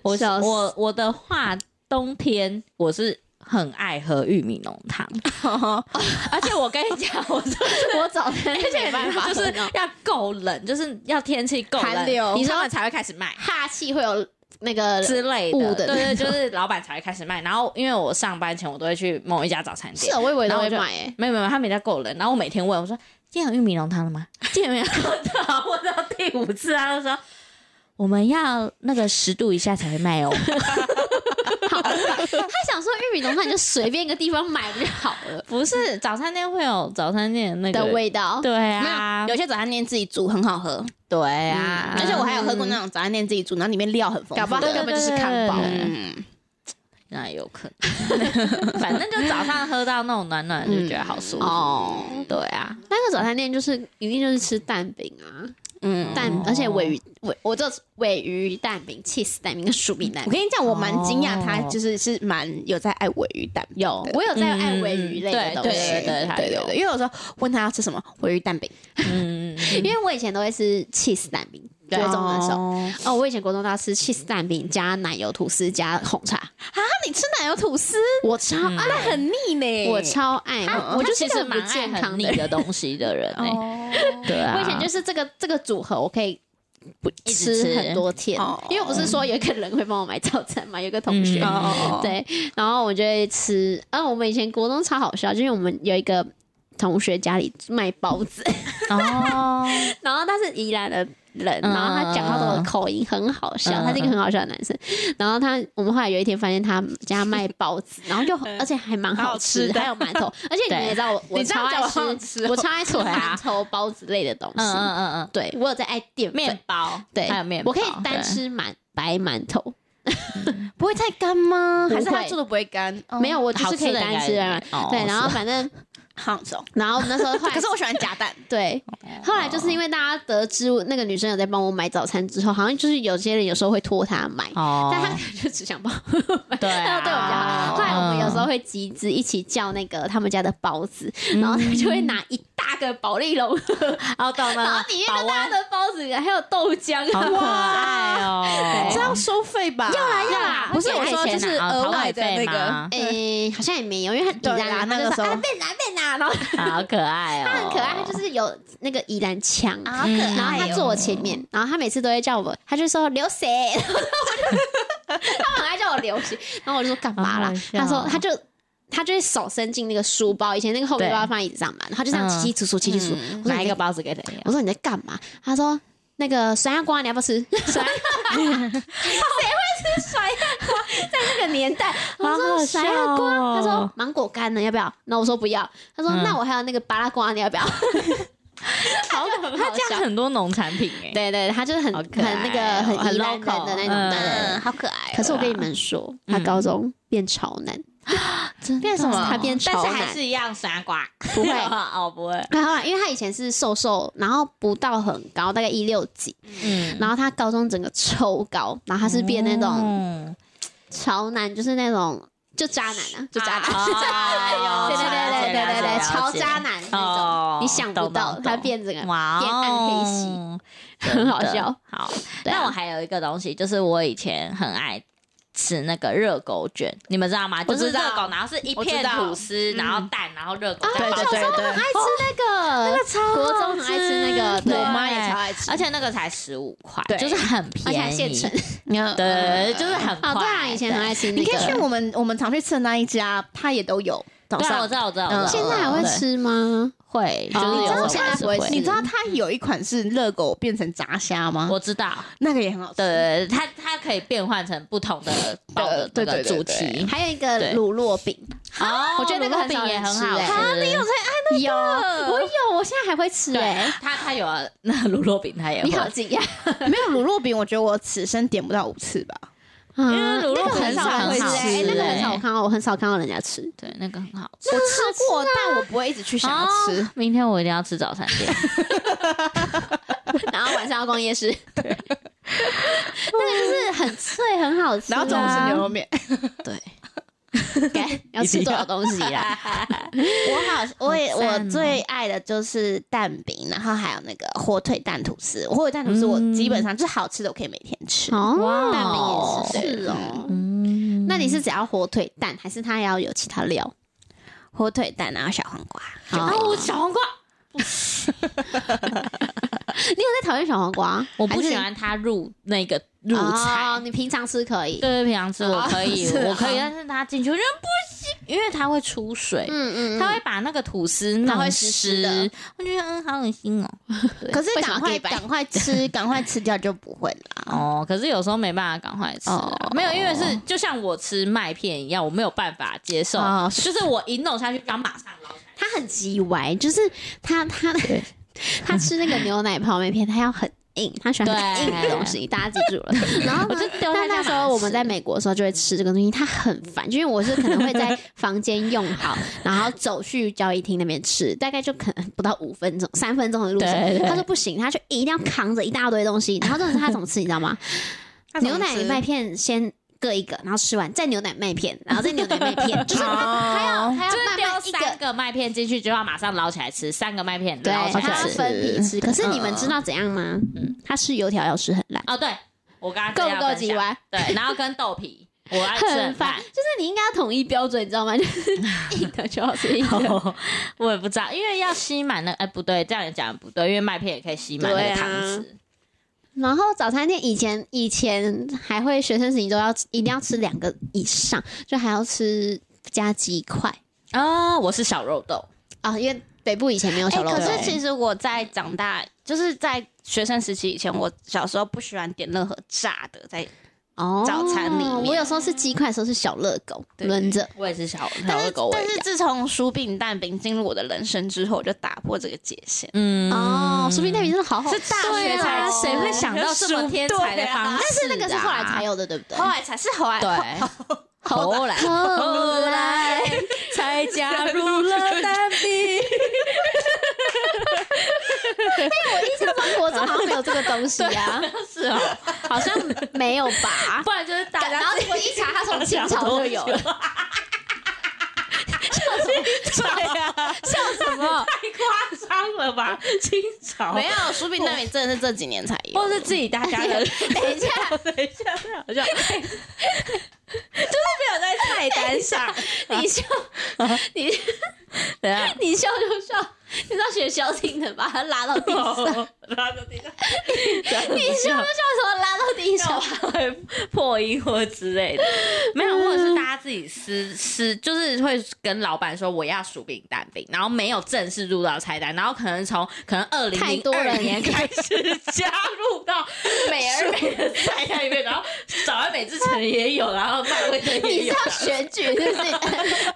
我
笑死
我我的话，冬天我是很爱喝玉米浓汤， *laughs* 而且我跟你讲，我真的
我早餐
*laughs* 而且
没办法喝
就是
那种
要够冷，就是要天气够
寒
冷，
流
你他们才会开始卖。
哈气会有那个
之类
雾
的，
的
对对， *laughs*
那
就是老板才会开始卖。然后因为我上班前我都会去某一家早餐
是
店，
哦，我以为
然后
都会
我就
买诶。
没有没有，他没在够冷。然后我每天问我说：“今天有玉米浓汤了吗？” *laughs* 今天没有，然
*laughs*
后问到第五次，他就说：“我们要那个十度以下才会
*laughs*
卖哦。
他想说玉米浓汤你就随便一个地方买不就好了”
不是早餐店会有早餐店那个
的味道？
*laughs* 对
没
啊
有，，有些早餐店自己煮很好喝，
对
嗯
啊，
而且我还有喝过那种早餐店自己煮，然后里面料很丰富的，
搞不好
对对
根本就是看
对
饱。
对对
嗯，
那有可能， *laughs* 反正就早上喝到那种暖暖的就觉得好舒服。
哦，
对啊，
那个早餐店就是一定就是吃蛋饼啊，
嗯，
蛋
哦，
而且尾鱼尾，我这尾鱼蛋饼、cheese 蛋饼跟薯饼蛋
我
饼。
跟你讲，我蛮惊讶，
哦
他就是是蛮有在爱尾鱼蛋饼的，
有，我有在爱尾鱼类的
嗯嗯嗯
东
对
西，
对对
他
对
有
对对，因为有时候问他要吃什么尾鱼蛋饼，
嗯，
因为我以前都会吃 cheese 蛋饼，对中的时候，
哦，
哦，我以前国中都要吃 cheese 蛋饼加奶油吐司加红茶，
那你吃奶油吐司，
我超爱，
那很腻呢
我超爱，哦我我就
就是嗯啊其
一个
实
不
蛮爱
健康
很
的
腻
人。
的东西的人哎、
哦，
对啊，
我以前就是这个这个组合，我可以不
一直
吃
吃
很多天
哦，
因为不是说有一个人会帮我买早餐嘛，有一个同学
嗯，
哦，
*laughs* 对，然后我就会吃。啊，我们以前国中超好笑，就是我们有一个同学家里卖包子，
*laughs*
*laughs*
哦，
然后他是宜兰的人，
嗯
然后他讲话都有口音，很好笑，
嗯
他是一个很好笑的男生。然后他，我们后来有一天发现他家卖包子，然后又而且还蛮
蛮
好
好吃
吃，
的
还有馒头，而且你们也知道我我
你这
超
样讲
爱
我好想
吃，
吃哦
我超爱吃
对啊
馒头、包子类的东
嗯
西。
嗯嗯嗯，
对我有在爱淀粉，
面包
对，
还有面包，
我可以单吃馒白馒头，
不会太干吗？
不
还
会
是他做的不会干？
没有，我就
好
是
吃
可以
的应该
单
是
吃白馒。啊
哦
对，然后反正
好走。
然后那时候后来
可是我喜欢夹蛋， *laughs*
对，
哦
后来就是因为大家得知那个女生有在帮我买早餐之后，好像就是有些人有时候会托她买，
哦，
但她可能就只想帮我
对
她要
啊，
*laughs* 对我比较好。后来我们有时
嗯
候会集资一起叫那个他们家的包子，然后她就会拿一大个保利龙，
哦，懂
然后
了，
里面
保
就
温
大家的包子，还有豆浆，啊
好
*laughs*
啊可爱哦，
这要收费吧？要啦
要啦
不是我说
给他
就
钱啊
是
哦
额
淘
外
汰
的
费
那个
吗，
诶、好像也没有，因为他
对
宜
啦
兰
那
那
个
个
时候
啊变啦变啦，然后
好可爱哦，
*laughs* 他很可爱，他就是有那个宜兰腔。
啊好可爱哦。
然后他坐我前
哎
面，然后他每次都会叫我，他就说流血， *laughs* 然后我就他很爱叫我流血，然后我就说干嘛
哦
啦
好好？笑
他说他就他就会手伸进那个书包，以前那个后背包放在椅子上嘛，然后就这样
嗯
起起楚楚起起楚。
嗯
我说
买
你
一个
在，
包子给谁呀？
我说你在干嘛？他说那个酸鸭瓜你要不
*laughs*
要吃？酸鸭瓜谁会吃酸鸭瓜？在那个年代，我
好好
说
笑
酸鸭瓜，
哦
他说芒果干呢要不要？那我说不要，他说
嗯
那我还有那个巴拉瓜你要不要？好可
他家很多农产品哎，
对对，他就是很
好
很
可爱
那个
哦
很
很
宜兰人
local，
的那
嗯
种
嗯，
的。
好可爱哦。
可是我跟你们说，他高中变潮男，真的
变什么
他变
但
潮
是还
男，
是一样傻瓜，*laughs*
不会
哦，不会，
然后因为他以前是瘦瘦，然后不到很高，大概一六几，
嗯，
然后他高中整个抽高，然后他是变那种
种
潮男，就是那种就渣男啊，就渣男， *laughs*
男
对对对对对对对，潮渣男那种，
哦，
你想不
懂
到
懂
他
懂
变整个
哇、哦，
变暗黑系， *laughs* 很好笑。
好，
对啊
那我还有一个东西，就是我以前很爱。吃那个热狗卷，你们知道吗？
我
就是
知道
热狗，然后是一
我知
片
道
吐司，
嗯
然后蛋，然后热狗
对
嗯
再包
对
起
*laughs*
来。
对对，
爱吃那个，哦那个超国中很爱吃那个，对
我妈也超爱吃，
而且那个才十五块，
对
就是很便宜，
而且还现成。
你要
对对对，就是很快。
哦，对啊，以前很爱吃那个。
嗯你可以去我们我们常去吃的那一家，它也都有早
对啊，我
上
知。道，我知道，我知道
嗯
现在还会吃吗？
会，就是
哦
有时候
现在
还是
不会
会
吃
啊你知道它有一款是热狗变成炸虾吗？
我知道，
那个也很好吃。
对对，对它它可以变换成不同的包的
对
那
对对
个
对
主
对
题。
还有一个
对
乳酪饼，
哦，
我觉得那个很
饼
少
也
人
很
吃
好
欸
吃。你有在
有，我有，我现在还会吃哎
对，，他他有啊，那个乳酪饼他也啊
你好
会，
惊讶，
没有乳酪饼，我觉得我此生点不到五次吧。
因
为乳酪饼
啊很少
很
会
好
哎，
吃
那个很
哎
少我看到，我很少看到人家 *laughs* 吃。
对，那个很好吃。
我吃啊过，但我不会一直去想要吃
哦。明天我一定要吃早餐店。
然后晚上要逛夜市， *laughs* 那个就是很脆，很好吃
*laughs* 然
啊。
后中午吃牛肉面，
该 *laughs* 要吃多少东西啊啦？
*laughs* 我好，我也
好赞哦
爱的就是蛋饼，然后还有那个火腿蛋吐司。火腿蛋吐司
嗯
我基本上就是好吃的，我可以每天吃。
哦
蛋饼也是
是
对
哦。
嗯，
那你是只要火腿蛋，还是它也要有其他料？哦
火腿蛋，然后小黄瓜。
好
啊，我小黄瓜，
你有在讨厌小黄瓜？
我不
还是
喜欢它入那个入菜
哦。你平常吃可以。
对，平常吃我可以，
是啊
我可以，但是它进去我觉得不行，因为它会出水，
嗯
它会把那个吐司
它会
弄
湿湿的
湿，我觉得嗯，好恶心哦。
对
可是
为什么
赶
要给
快
白
赶快 *laughs* 吃，赶快吃掉就不会啊啦。
哦，可是有时候没办法赶快吃、啊，
哦
没有，因为是就像我吃麦片一样，我没有办法接受，
哦
*laughs* 就是我一弄下去，然后马上捞起来。
它很鸡歪，就是它它 *laughs* 它吃那个牛奶泡面片，它要很硬，它喜欢很硬的
对
东西，大家记
*laughs*
住了。然后
我
呢
就丢
但
在
那时候我们在美国的时候就会吃这个东西，它很烦，就因为我是可能会在房间用好，然后走去交易厅那边吃，大概就可能不到五分钟、三分钟的路
对
程。
对
他说不行，他就一定要扛着一大堆东西，然后这种是他怎么吃，你知
*laughs*
道吗？牛奶麦片先。各一个，然后吃完再牛奶麦片，然后再牛奶麦片，就是
哦
他他要他要
就是
慢
丢
慢一个
三个麦片进去，就要马上捞起来吃，三个麦片
对，
捞起
它
来
要
吃。
分批吃。可是你们知道怎样吗？
嗯
它吃油条要吃很烂，
哦，对，我刚刚
够不够几
碗？
碗？
对，然后跟豆皮，我要吃
很
饭。
烦，啊就是你应该要统一标准，你知道吗？ *laughs* 就是硬的就要吃硬的。
*laughs* 我也不知道，因为要吸满那，哎，不对，这样也讲得不对，因为麦片也可以吸满那
对
个
啊
汤汁。
然后早餐店以前以前还会学生时期都要一定要吃两个以上，就还要吃加鸡块
啊、我是小肉豆，
啊，因为北部以前没
哦
有
哎、
小肉
可
粽
是其实我在长大，就是在学生时期以前，我小时候不喜欢点任何炸的，在
哦
早餐里面
我有时候是鸡块，有时候是小热狗
对
轮着。
我也是小小
但
肉
是
豆味
但是自从薯饼蛋饼进入我的人生之后，我就打破这个界限。
嗯
哦，薯饼蛋饼真的好好吃
是
哦，
大学才
对啊
吃
谁会想到这么天才的方式、
但是那个是后来才，有的，对不对？
后来才是后来，
对，后来 *laughs*
后来
才加入了蛋饼。
印象中国中好像没有这个
*laughs*
东西啊，
是哦，
好像没有吧？
*laughs* 不然就是大家
然后结果一查，他从清朝就有了，
对呀、
*laughs* 笑什么？
太夸张了吧？清朝
没有，薯饼蛋饼真啊的是这几年才有
或。是自己大家的。
等一下，
等一下，太好笑， *laughs* 就是没有在菜单 *laughs* 上。
你笑，你
*laughs* 等一下，
你笑就笑，你知道学萧敬腾把他拉到地上，
哦拉到地上， *laughs*
你笑就笑，什么拉到地
哦
上？
会破音或之类的，没有，或者是大家自己私私，就是会跟老板说我要薯饼蛋饼，然后没有正式入到菜单，然后可能从可能二零
太
零
多
二
人
年开始加入到美而美的菜单里面，然后早安美之城也有，然后麦味登也
你是
有，啊
要选
*laughs*
举是不是？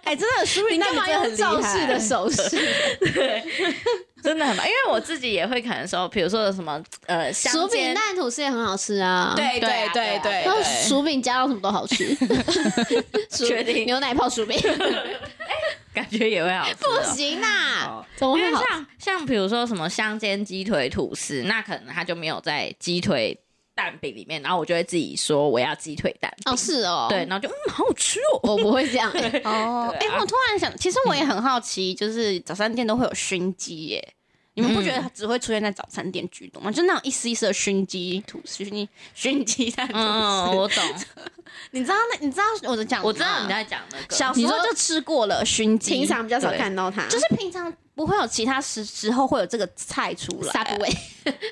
哎，真的薯饼
你干嘛用造势的
*laughs*
手势？
对，真的很棒，因为我自己也会可能说，比如说有什么呃香
薯饼
煎
蛋吐司也很好吃啊，
对
对
啊
对
啊
对
然后薯饼加到什么都好吃，薯
确定
牛奶泡薯饼
感觉也会好吃哦、
不行啊啦
哦，
怎么
因
会
为
好？
像像比如说什么香煎鸡腿吐司，那可能它就没有在鸡腿蛋饼里面，然后我就会自己说我要鸡腿蛋饼，
哦，是哦，
对，，然后就嗯好好吃哦，
我不会这样、
*laughs*
欸
哦，哎、
对啊
我突然想，其实我也很好奇，就是早餐店都会有熏鸡耶。你们不觉得
嗯
它只会出现在早餐店居多吗？就那种一丝一丝的熏鸡吐司、熏鸡熏鸡蛋吐司。
嗯，我懂， *laughs*
你知道那？你知道我在讲？
我知道你。在讲 *laughs* 那个
小时
你
候
说
就吃过了熏鸡，
平常比较少
对
看到它，
*laughs* 就是平常不会有其他时时候会有这个菜出来。
沙布 y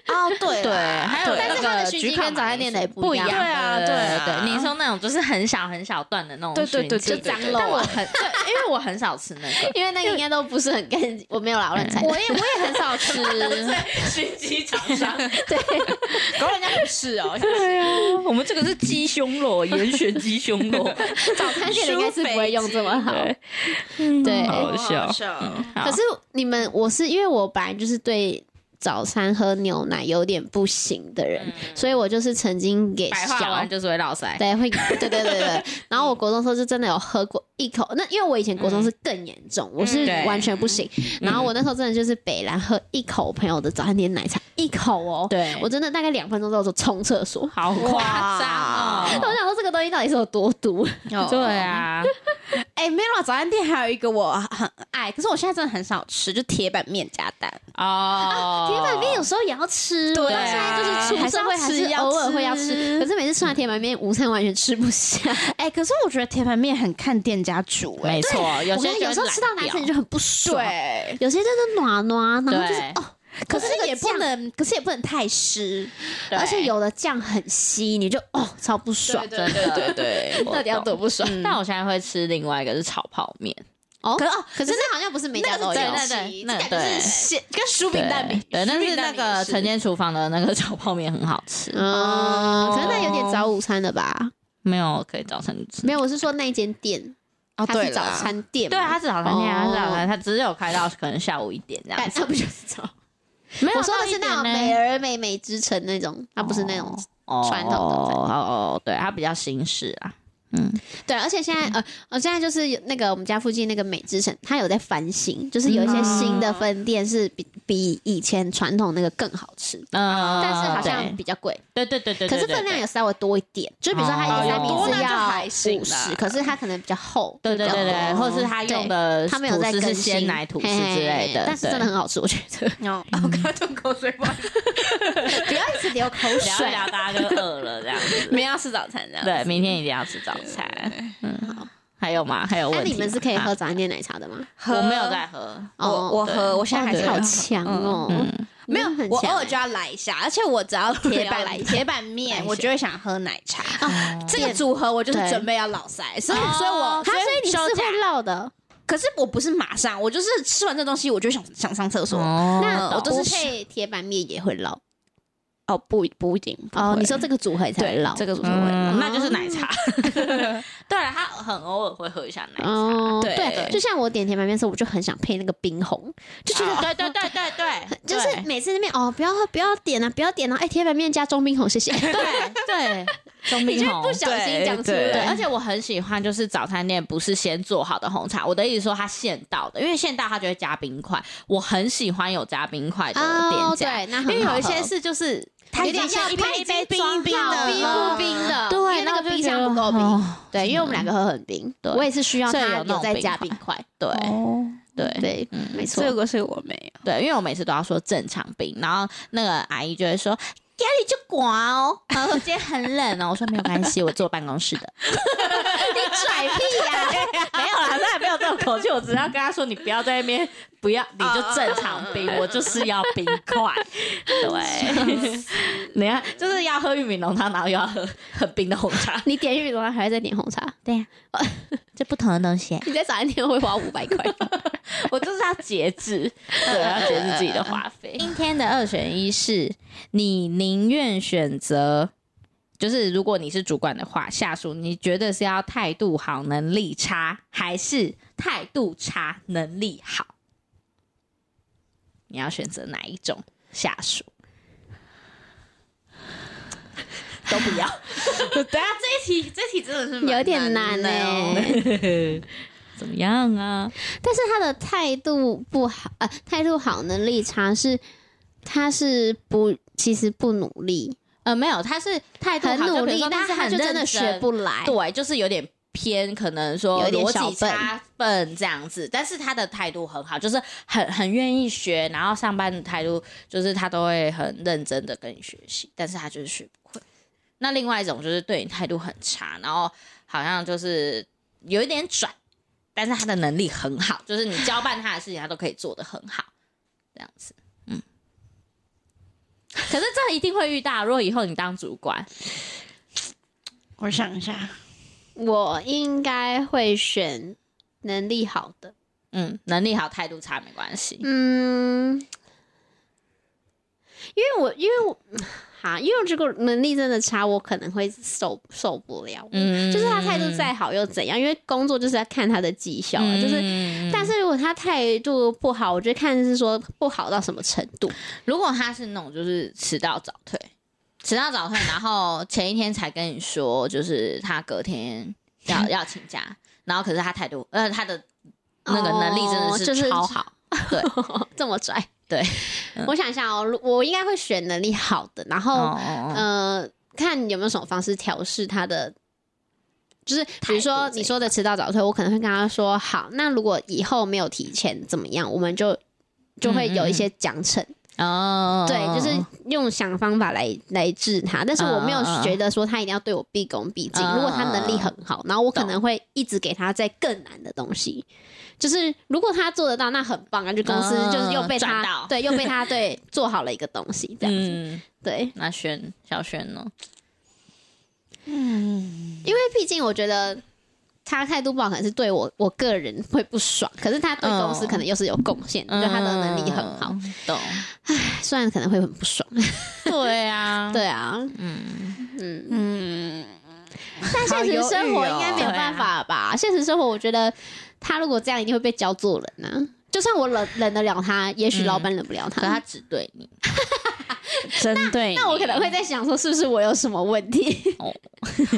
哦，对
啊对，
啦
还有
对
但是
那
它的
个
熏
菊
鸡
烤
跟
马
早
铃
餐店
薯
的也不
不
一样
对啊，
对
对
啊
对对，你说那种就是很小很小段的那种
对对
熏
对
鸡
对对
对。
但我很对，因为我很少吃那个
因为那个应该都不是很干净，我没有啦，我乱猜的。
我也我也很少
*laughs*
吃，
熏 *laughs* 鸡厂 *laughs* 商，
对，
搞人家不吃哦。
*laughs* 对啊，我们这个是鸡胸肉，严选鸡胸 *laughs* 肉，
早餐店的应该是不会用这么好。对
好笑嗯
好。笑
可是你们，我是因为我本来就是对早餐喝牛奶有点不行的人，所以我就是曾经给
白话
小
完就是会落腮。
对，会，对对对对。然后我国中的时候就真的有喝过一口，那因为我以前国中是更严重，我是
对
完全不行。然后我那时候真的就是北兰喝一口我朋友的早餐店奶茶，一口哦，
对
我真的大概两分钟之后就冲厕所。 *laughs*
好夸张
我想说这个东西到底是有多毒？
哦！对，
*laughs*
啊，
哎、m e l o 早餐店还有一个我很爱，可是我现在真的很少吃，就铁板面加蛋。
哦，
铁板面有时候也要吃，我
对
到
啊
现在就是出社会还
还是
是
要吃
偶尔会要
要
吃，
吃
可是每次吃完铁板面，午餐完全吃不下。
哎、可是我觉得铁板面很看店家煮、哎，
没错，有
我
些
跟你有时候吃到难吃你就很不爽，，
对，
有些真的暖暖，然后就是
对
哦，
可
这
是
个
也
酱
不能，可是也不能太湿，
而且有的酱很稀，你就哦超不爽，
真的对，嗯
到底要多不爽？
但我现在会吃另外一个是炒泡
*laughs*
面，
哦，
可哦
可是那好像不是每家都有，
对
那个
对
是
对，
这
那
感觉
对
是咸跟薯饼
对
蛋饼，
对，但
薯
是
饼
那
蛋饼
个
也是
晨间厨房的那个炒泡面很好吃，
哦
嗯，可是那有点早午餐了吧？
没有可以早餐吃。
没有，我是说那一间店，
哦，
它
对
是早
啦，
餐店
对，啊
嘛，
它是早餐店，它是早
哦
餐，它只有开到可能下午一点这样
但
子
它。不就是早？
没有，
我说
到
的
一
是那种
点呢
美而美美之城那种，它不是那种传统
哦
早餐
哦哦，对，它比较新式啊。
对，而且现在呃，我现在就是有那个我们家附近那个美之城，它有在翻新，就是有一些新的分店是比比以前传统那个更好吃，
嗯，
但是好像比较贵，
对对对对，对
可是分量。有稍微多一点，就是比如说它一个三
哦
明
有多
治
那就还
要
行
五
啦
十，可是它可能比较厚，
对对对对对，
哦
或者是他用的
他们有在
吐司
更新
是鲜奶吐司
嘿嘿
之类
嘿
的，
但是真的
对
很好吃，我觉得。
哦，我刚刚吞口水吧， *laughs*
不要一直流口
聊
水啊
一。聊大家就饿了这样子。
没有要吃早餐这样。
对，明天一定要吃早餐。嗯，还有吗？还有
那
问题吗？
你们是可以
啊
喝，哦早餐店奶茶的吗？
喝
我没有在喝。
我我喝，我现在还
是
是
好
有喝
强
嗯
哦，
没有欸
你们，
我
很强
偶尔就要来一下，而且我只要铁
要来
*laughs*
一
板铁板面，我就会想喝奶茶。
啊，
哦这个组合我就是
对
准备要老塞，所以
哦
所以我
他所以你是
休假
会唠的，
可是我不是马上，我就是吃完这东西我就想想上厕所。
哦
那
我都是
不配铁板面也会唠
哦，不不一定
哦。你说
这
这个组合才会
对
唠，
这个组合会
嗯，那就是奶茶。 *laughs* 对了，他很偶尔会喝一下奶茶。
哦，
对
对，就像我点甜白面的时候，我就很想配那个冰红，就觉得
对对对对哦对，
就是每次那边哦，不要喝，不要点啊，不要点啊！哎、铁板面加中冰红，谢谢。
对对，钟
你
明
就
红
不小心讲出
对
对，而
来，
且我很喜欢，就是早餐店不是先做好的红茶，我的意思说它现倒的，因为现倒它就会加冰块，我很喜欢有加冰块的店家，
哦对，那很
因为有一些
是
是就是它
有
已经
点像
一
它
杯
已
一杯
经冰
装
冰
好
的
了
冰不冰的，因
对，
为那
然后
个
就
冰
觉
箱不
得
够冰，
哦
对，因为我们两个喝很冰，对，我也是需要
所以
它
有那
有
种
再
冰
加
块
冰块，
对
哦，
对
*laughs* 对，嗯没错，
这个是我没有，
对，因为我每次都要说正常冰，然后那个阿姨就会说。家里就刮哦，然后说今天很冷哦，我说没有关系，我坐办公室的。
你拽屁呀、
*laughs* 没有啦，他也没有这种口气，我只是要跟他说，你不要在那边，不 *laughs* 要，你就正常冰，我就是要冰 *laughs* 块。对， *laughs* 你看，就是要喝玉米浓汤，然后又要喝很冰的红茶，
*laughs* 你点玉米浓汤还是在点红茶？对呀、
这不同的东西。
*laughs* 你在早餐店会花五百块。
*laughs* 我就是要节制，对，要节制自己的花费。今天的二选一是，你宁愿选择，就是如果你是主管的话，下属你觉得是要态度好、能力差，还是态度差、能力好？你要选择哪一种下属？都不 *laughs* 要。等下啊这一题，这一题真的是蛮
有点难欸
的哦 *laughs* 怎么样啊？
*laughs* 但是他的态度不好，呃，态度好，能力差是，他是不，其实不努力，
呃，没有，他是态度
很
好就
努
比如
力
说，
但是
他
他
很
就真的
认
学
真
不来。
对，就是有点偏，可能说
有点
逻
小
辑差笨这样子。但是他的态度很好，就是很很愿意学，然后上班的态度就是他都会很认真的跟你学习，但是他就是学不会。那另外一种就是对你态度很差，然后好像就是有一点拽，但是他的能力很好，就是你交办他的事情，他都可以做得很好，这样子。嗯，可是这一定会遇到，如果以后你当主管，
我想一下，
我应该会选能力好的。
嗯，能力好，态度差没关系。
嗯，因为我因为我哈，因为这个能力真的差，我可能会受受不了。
嗯
就是他态度再好又怎样？因为工作就是要看他的绩效
嗯
啊，就是。
是
但是如果他态度不好，我觉得看是说不好到什么程度。
如果他是那种就是迟到早退，迟到早退，然后前一天才跟你说，就是他隔天 *laughs* 要要请假，然后可是他态度，呃，他的那个能力真
哦
的
就是是
超好，对，
这么拽。
对，嗯
我想一下哦，如我应该会选能力好的，然后、
哦，
呃，看有没有什么方式调试他的。就是比如
态
说
度这一
你说的迟到早退，我可能会跟他说好，那如果以后没有提前怎么样，我们就就会有一些奖惩，
嗯哦，
对，就是用想方法来来治他。但是我没有
嗯嗯嗯
觉得说他一定要对我毕恭毕敬。
嗯
如果他能力很好，然后我可
懂
能会一直给他在更难的东西。就是如果他做得到，那很棒啊！就公司
嗯
就是又被
赚到
他对又被他对做好了一个东西，这样子
嗯，
对。
那轩小轩呢？
因为毕竟我觉得他态度不好，可能是对我我个人会不爽，可是他对公司
嗯
可能又是有贡献，就他的能力很好，
嗯，懂？
虽然可能会很不爽。
*laughs* 对啊，
对啊，
嗯，
嗯，
嗯，
但现实生活应该没
好犹豫
有
哦
办法吧？啊现实生活我觉得他如果这样，一定会被教做人呢、就算我忍忍得了他，也许
嗯
老板忍不了他。
可他只对 *laughs* 你，
针对
那我可能会在想说，是不是我有什么问题？
我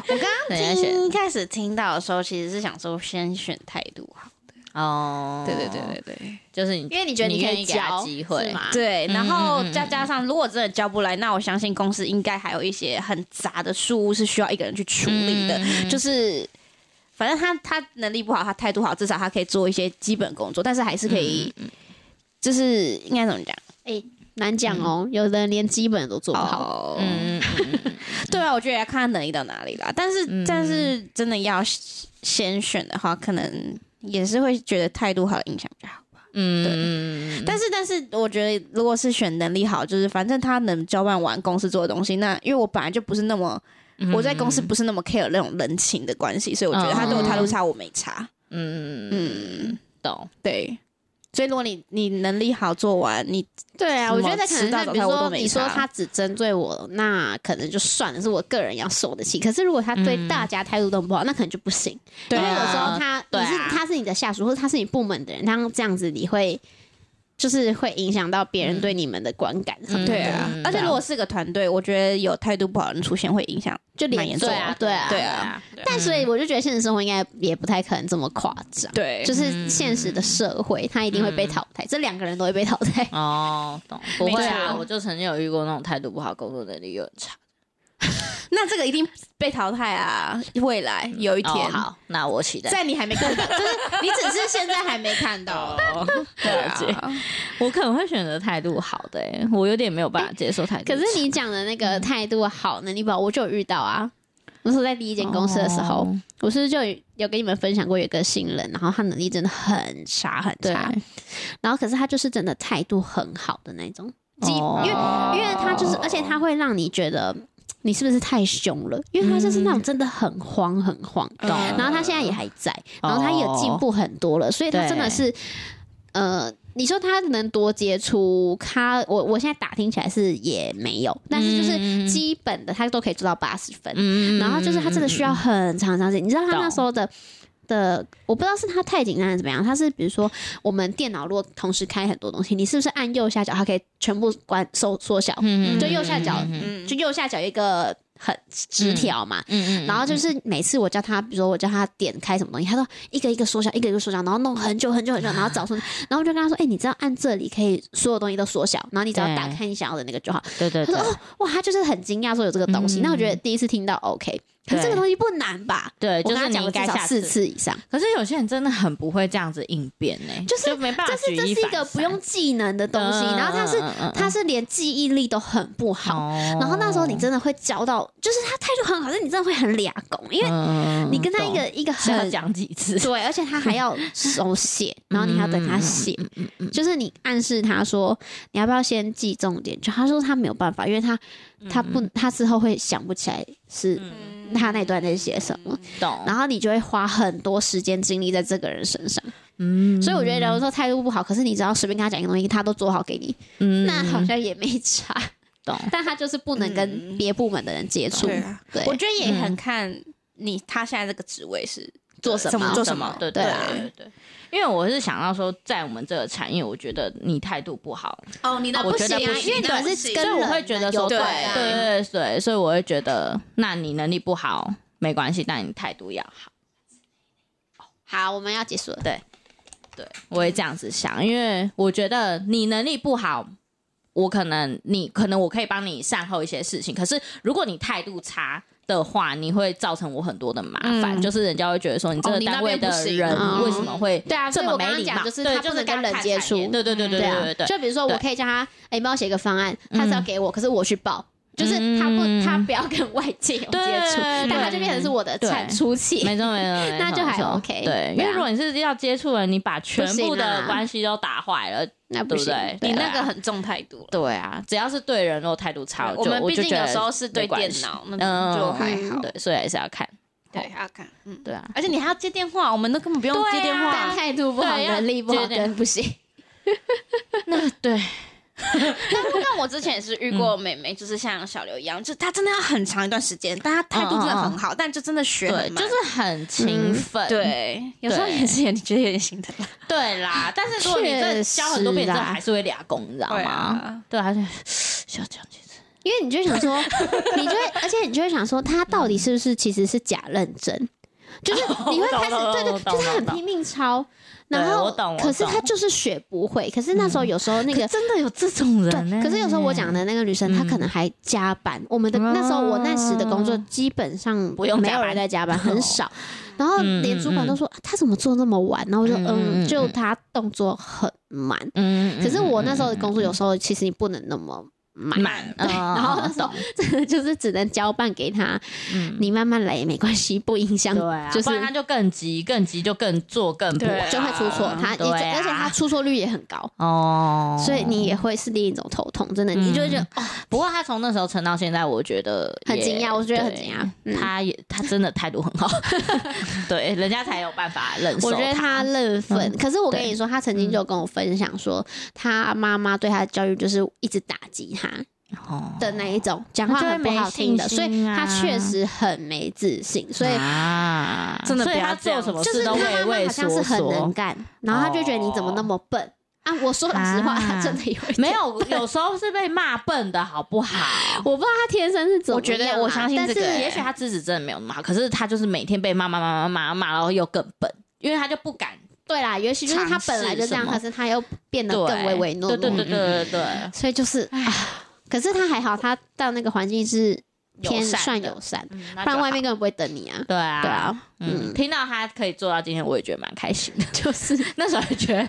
刚刚
等一下选
听嗯一开始听到的时候，其实是想说先选态度好。
哦，
对对对对对
就是你，
因为你觉得
你
可
愿
以
意给他
教
机会
是吗？
啊对，然后
嗯嗯嗯
再加上，如果真的交不来，那我相信公司应该还有一些很杂的事务是需要一个人去处理的，就是。反正他他能力不好，他态度好，至少他可以做一些基本工作，但是还是可以，
嗯
就是应该怎么讲？
哎难讲哦，有的人连基本都做不好。
哦，
嗯嗯嗯嗯
对啊，我觉得也要看他能力到哪里啦。但是、
嗯
但是真的要先选的话，可能也是会觉得态度好的影响比较好。
嗯，
但是，但是，我觉得如果是选能力好，就是反正他能交办完公司做的东西，那因为我本来就不是那么，
嗯
我在公司不是那么 care 那种人情的
嗯
嗯
关系，所以我觉得他对我态度差，我没差。
嗯，嗯
嗯，
懂。
对，所以如果你你能力好做完，你
对啊，
什
我觉
么
得可
迟
能
到
是
早
比如
餐我都
说，
没
你说
差
他只针对我，那可能就算了，是我个人要受得起。可是如果他对
嗯
大家态度都不好，那可能就不行。
对
因为有
啊
时候他
对
你是
啊
他是你的下属，或者他是你部门的人，他这样子你会就是会影响到别人对你们的观感什么的。
嗯
对啊
嗯，
而且如果是个团队，我觉得有态度不好的人出现会影响
就
蛮
连
严重
对
的
啊，对啊，
对啊，
但
嗯
所以我就觉得现实生活应该也不太可能这么夸张。
对
就
就是
是现实的社会，他一定会被淘
嗯
汰，这两个人都会被淘汰。
哦，懂，不
没
会啊，
错
我就曾经有遇过那种态度不好、工作能力又很差。
那这个一定被淘汰啊！未来有一天
哦，，好，那我期待。
在你还没 *laughs* 看到，就是你只是现在还没看到，对
了解
啊，
*laughs* 我可能会选择态度好的、欸，我有点没有办法接受态度差。
可是你讲的那
嗯
个态度好，能力不好，我就有遇到啊。我说在第一间公司的时候，
哦
我是不是就有有跟你们分享过，有一个新人，然后他能力真的很差很
对，
差，然后可是他就是真的态度很好的那种，基
哦
因为因为他就是，而且他会让你觉得你是不是太凶了，因为他就是那种真的很慌很慌，
懂
然后他现在也还在，然后他也有
哦
进步很多了，所以他真的是，呃，你说他能多接触他，我我现在打听起来是也没有，但是就是基本的他都可以做到八十分，
嗯
然后就是他真的需要很长很长时间，你知道他那
懂
时候的。的我不知道是他太紧张还是怎么样，他是比如说我们电脑如果同时开很多东西，你是不是按右下角它可以全部关缩缩小，
嗯
就右下角
嗯
嗯
就右下角有一个很直条嘛，
嗯
然后就是每次我叫他，比如说我叫他点开什么东西，他说一个一个缩小，一个一个缩小，然后弄很久很
*laughs*
久很久，然后找出，然后我就跟他说，哎、你知道按这里可以所有东西都缩小，然后你只要打
对
开你想要的那个就好。
对对
他
对
说，哦，哇，他就是很惊讶说有这个东西。
嗯
那我觉得第一次听到 OK，可是这
对
个东西不难吧？
对，就
我跟他
是你
讲
应
了至
该
少
下
四。次以上，
可是有些人真的很不会这样子应变呢、
就是
没办法
这
举
是
一
这
反三，嗯
是一个不用技能的东西，然后他是他
是
是连记忆力都很不好。
嗯
然后那时候你真的会教到，就是他态度很好，但你真的会很俩拱，因为
为
你跟他一个一个
哦是要
很
讲几次， *laughs*
对，而且他还要手写，然后你还要等他写，就是你暗示他说你要不要先记重点，就他说他没有办法，因为他他不他之后会想不起来是
嗯
他那段在写什么，
懂，
然后你就会花很多时间精力在这个人身上，
嗯
所以我觉得，假如说态度不好，可是你只要随便跟他讲一个东西，他都做好给你，
嗯
那好像也没差， *laughs*
懂，
但他就是不能跟
嗯
别部门的人接触
对，啊
对
我觉得也很看你他现在这个职位是
做哦什么
做什么，
对
对
对
啊
对对。因为我是想到说，在我们这个产业，我觉得你态度不好，
哦，你的
我觉得不
啊，
行
因为你
对
们
所
是
以
跟
所以
跟
我
人
会觉得
有
说，对
关
啊
对对对，所以我会觉得，那你能力不好没关系，但你态度要好。
好，我们要结束了，
对，我会这样子想，因为我觉得你能力不好，我可能你可能我可以帮你善后一些事情，可是如果你态度差。的话，你会造成我很多的麻烦，
嗯
就是人家会觉得说你这
哦
个
你
单
那
位
边不
的
行
人
哦
为什么会
对啊，所
这
以
么
我
没
刚刚
礼貌
讲，就是
对
他不能跟人
看
接
产
触
业，对对对对对
啊
对对，
就比如说，我
对
可以叫他，哎、你帮我写一个方案，他只要
嗯
给我，可是我去报，就是他不，
嗯
他不要跟外界有接
对
触，但他就变成是我的
对
产出器。
没错没错，没错
那就还
没错
OK，
对，因
对啊
为如果你是要接触人，你把全部
不行
的
啊
关系都打坏了，
那
对
不
不
行，
对？
你
啊
那个很重态度了。
对啊，只要是对人都态度差，
啊我
就
们
我
毕
就
竟
觉
有
得
时候是对
没关
电
系
脑，
嗯
那就还好。
对，所以还是要看，
对，还要看，嗯。
对啊，
而且你还要接电话，我们都根本不用
对啊
接电
但
话。
态度不好，
对要啊
能力不好，
有点
跟不行。
对，
但我之前也是遇过妹妹，就是像小刘一样，就她真的要很长一段时间，但她态度真的很好，但就真的学
*laughs* 对，
很慢。
就是很勤奋，
对，有时候
嗯对
也是有你觉得有点心疼。
对 *laughs* 啦。但是如果你真的教很多遍，
确
真
实
的
啦
还是会俩工，你知道
对
吗
啊？
对，还是需要这样去。
因为你就会
*laughs*
想说，你就会，而且你就会想说，他到底是不是其实是假认真？就是你会开始，
哦我懂
对对，
我懂
就是他
我
很
懂
拼命抄，
对
然
我
后
懂我
可是他
懂
就是学不会。可是那时候有时候那个
真的有这种
对，可是有时候我讲的那个女生，她可能还加班。我们的
嗯
那时候，我那时的工
哦
作基本上
不用
没
加班哦
有人在加班，很少。然后
嗯
连主管都说啊她怎么做那么晚？然后我就
嗯嗯
嗯，
嗯
就她动作很慢。
嗯，嗯嗯
可是我那时候的工作，有时候其实你不能那么买，
满，然
然后那时候真的就是只能交办给他，
哦嗯，
你慢慢来也没关系，不影响，
对啊，
就是
不然他就更急，更急就更做更不
对啊
就会出错。他一直、
对啊
而且他出错率也很高，
哦，嗯
所以你也会是另一种头痛，真的，你就会觉得、哦
不过他从那时候撑到现在，我觉得也
很惊讶，我觉得很惊讶。
对
嗯
他也他真的态度很好， *laughs* 对，人家才有办法忍受。
我觉得他认份，
嗯
可是我跟
对嗯
你说，他曾经就跟我分享说，他妈妈对他的教育就是一直打击他
哦
的那一种，讲话很不好听的，
就
所
会没信
以
心啊
他确实很没自信，所以。
啊
真的
所以
不要
他
这
做
样
什么
就
事
是他
都畏
妈妈
畏
好像是
缩
很能
缩。
干，然后他就觉得你怎么那么笨啊！我说老实话，
啊
他真的有一点
没，有，有时候是被骂笨的好不 *laughs* 好？
我不知道他天生是怎么样啊，
我觉得我相信
但是
这个欸
也许他资质真的没有那么好，可是他就是每天被骂骂骂骂骂骂，然后又更笨，因为他就不敢
对啦，也许就是他本来就这样，
尝
可
试
是他又变得
对
更唯唯诺诺，
对对对对对对，
所以就是，啊可是他还好，他到那个环境是偏
友善
算
的
友善，
嗯那就
不然外
好
面根本不会等你啊。
对啊
对啊，
嗯，
嗯
听到他可以做到今天，我也觉得蛮开心的。
就是，
*laughs* 那时候还觉得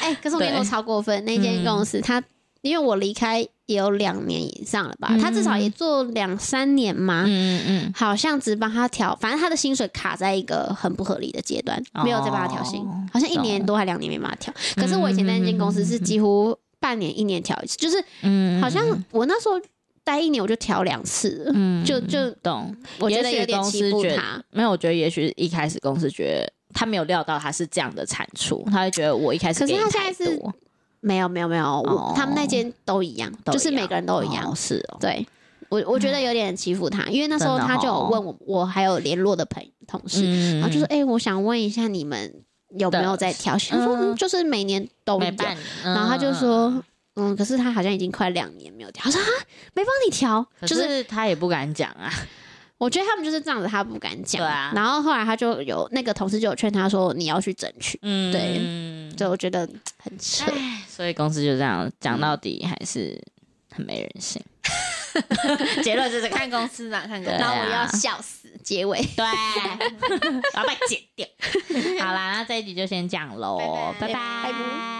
哎，可是我跟你
对
说
嗯
超过分，那间公司他因为我离开也有两年以上了吧，他至少也做两三年嘛。
嗯嗯
好像只帮他调，反正他的薪水卡在一个很不合理的阶段，没有再帮他调薪，
哦
好像一年多还两年没帮他调。可是我以前那间公司是几乎半年一年调一次，就是
嗯
好像我那时候待一年我就调两次了，
嗯
就就
懂。
我觉
也
得
许
有点
公
欺
司
负
觉
他
得。没有，我觉得也许一开始公司觉得他没有料到他是这样的产出，他会觉得我一开始
可是
给你
他现在
太
是哦
多
没有没有没有，我
哦
他们那间都一样，
都
就是
一样
每个人都一样
哦。是哦，
对我我觉得有点欺负他，因为那时候
真的
他就有
哦
问我，我还有联络的朋同事，
嗯
然后就说：“哎，我想问一下你们有没有在调薪？”他说：“
嗯
嗯就是每年都有
没。办，”嗯
然后他就说。嗯，可是他好像已经快两年没有调，他说啊，没帮你调，
嗯，
就
就是是他也不敢讲啊，
我觉得他们就是这样子，他不敢讲。
对啊
然后后来他就有那个同事就有劝他说，你要去争取。
嗯
所以我觉得很扯。
所以公司就这样，讲到底还是很没人性。 *laughs* 结论就是看公司啦，看
公司
然后我又要笑死，结尾。
*laughs* 对，
*laughs*
我要把它剪掉。好啦，那这一集就先讲喽，
哦拜拜
拜拜
拜拜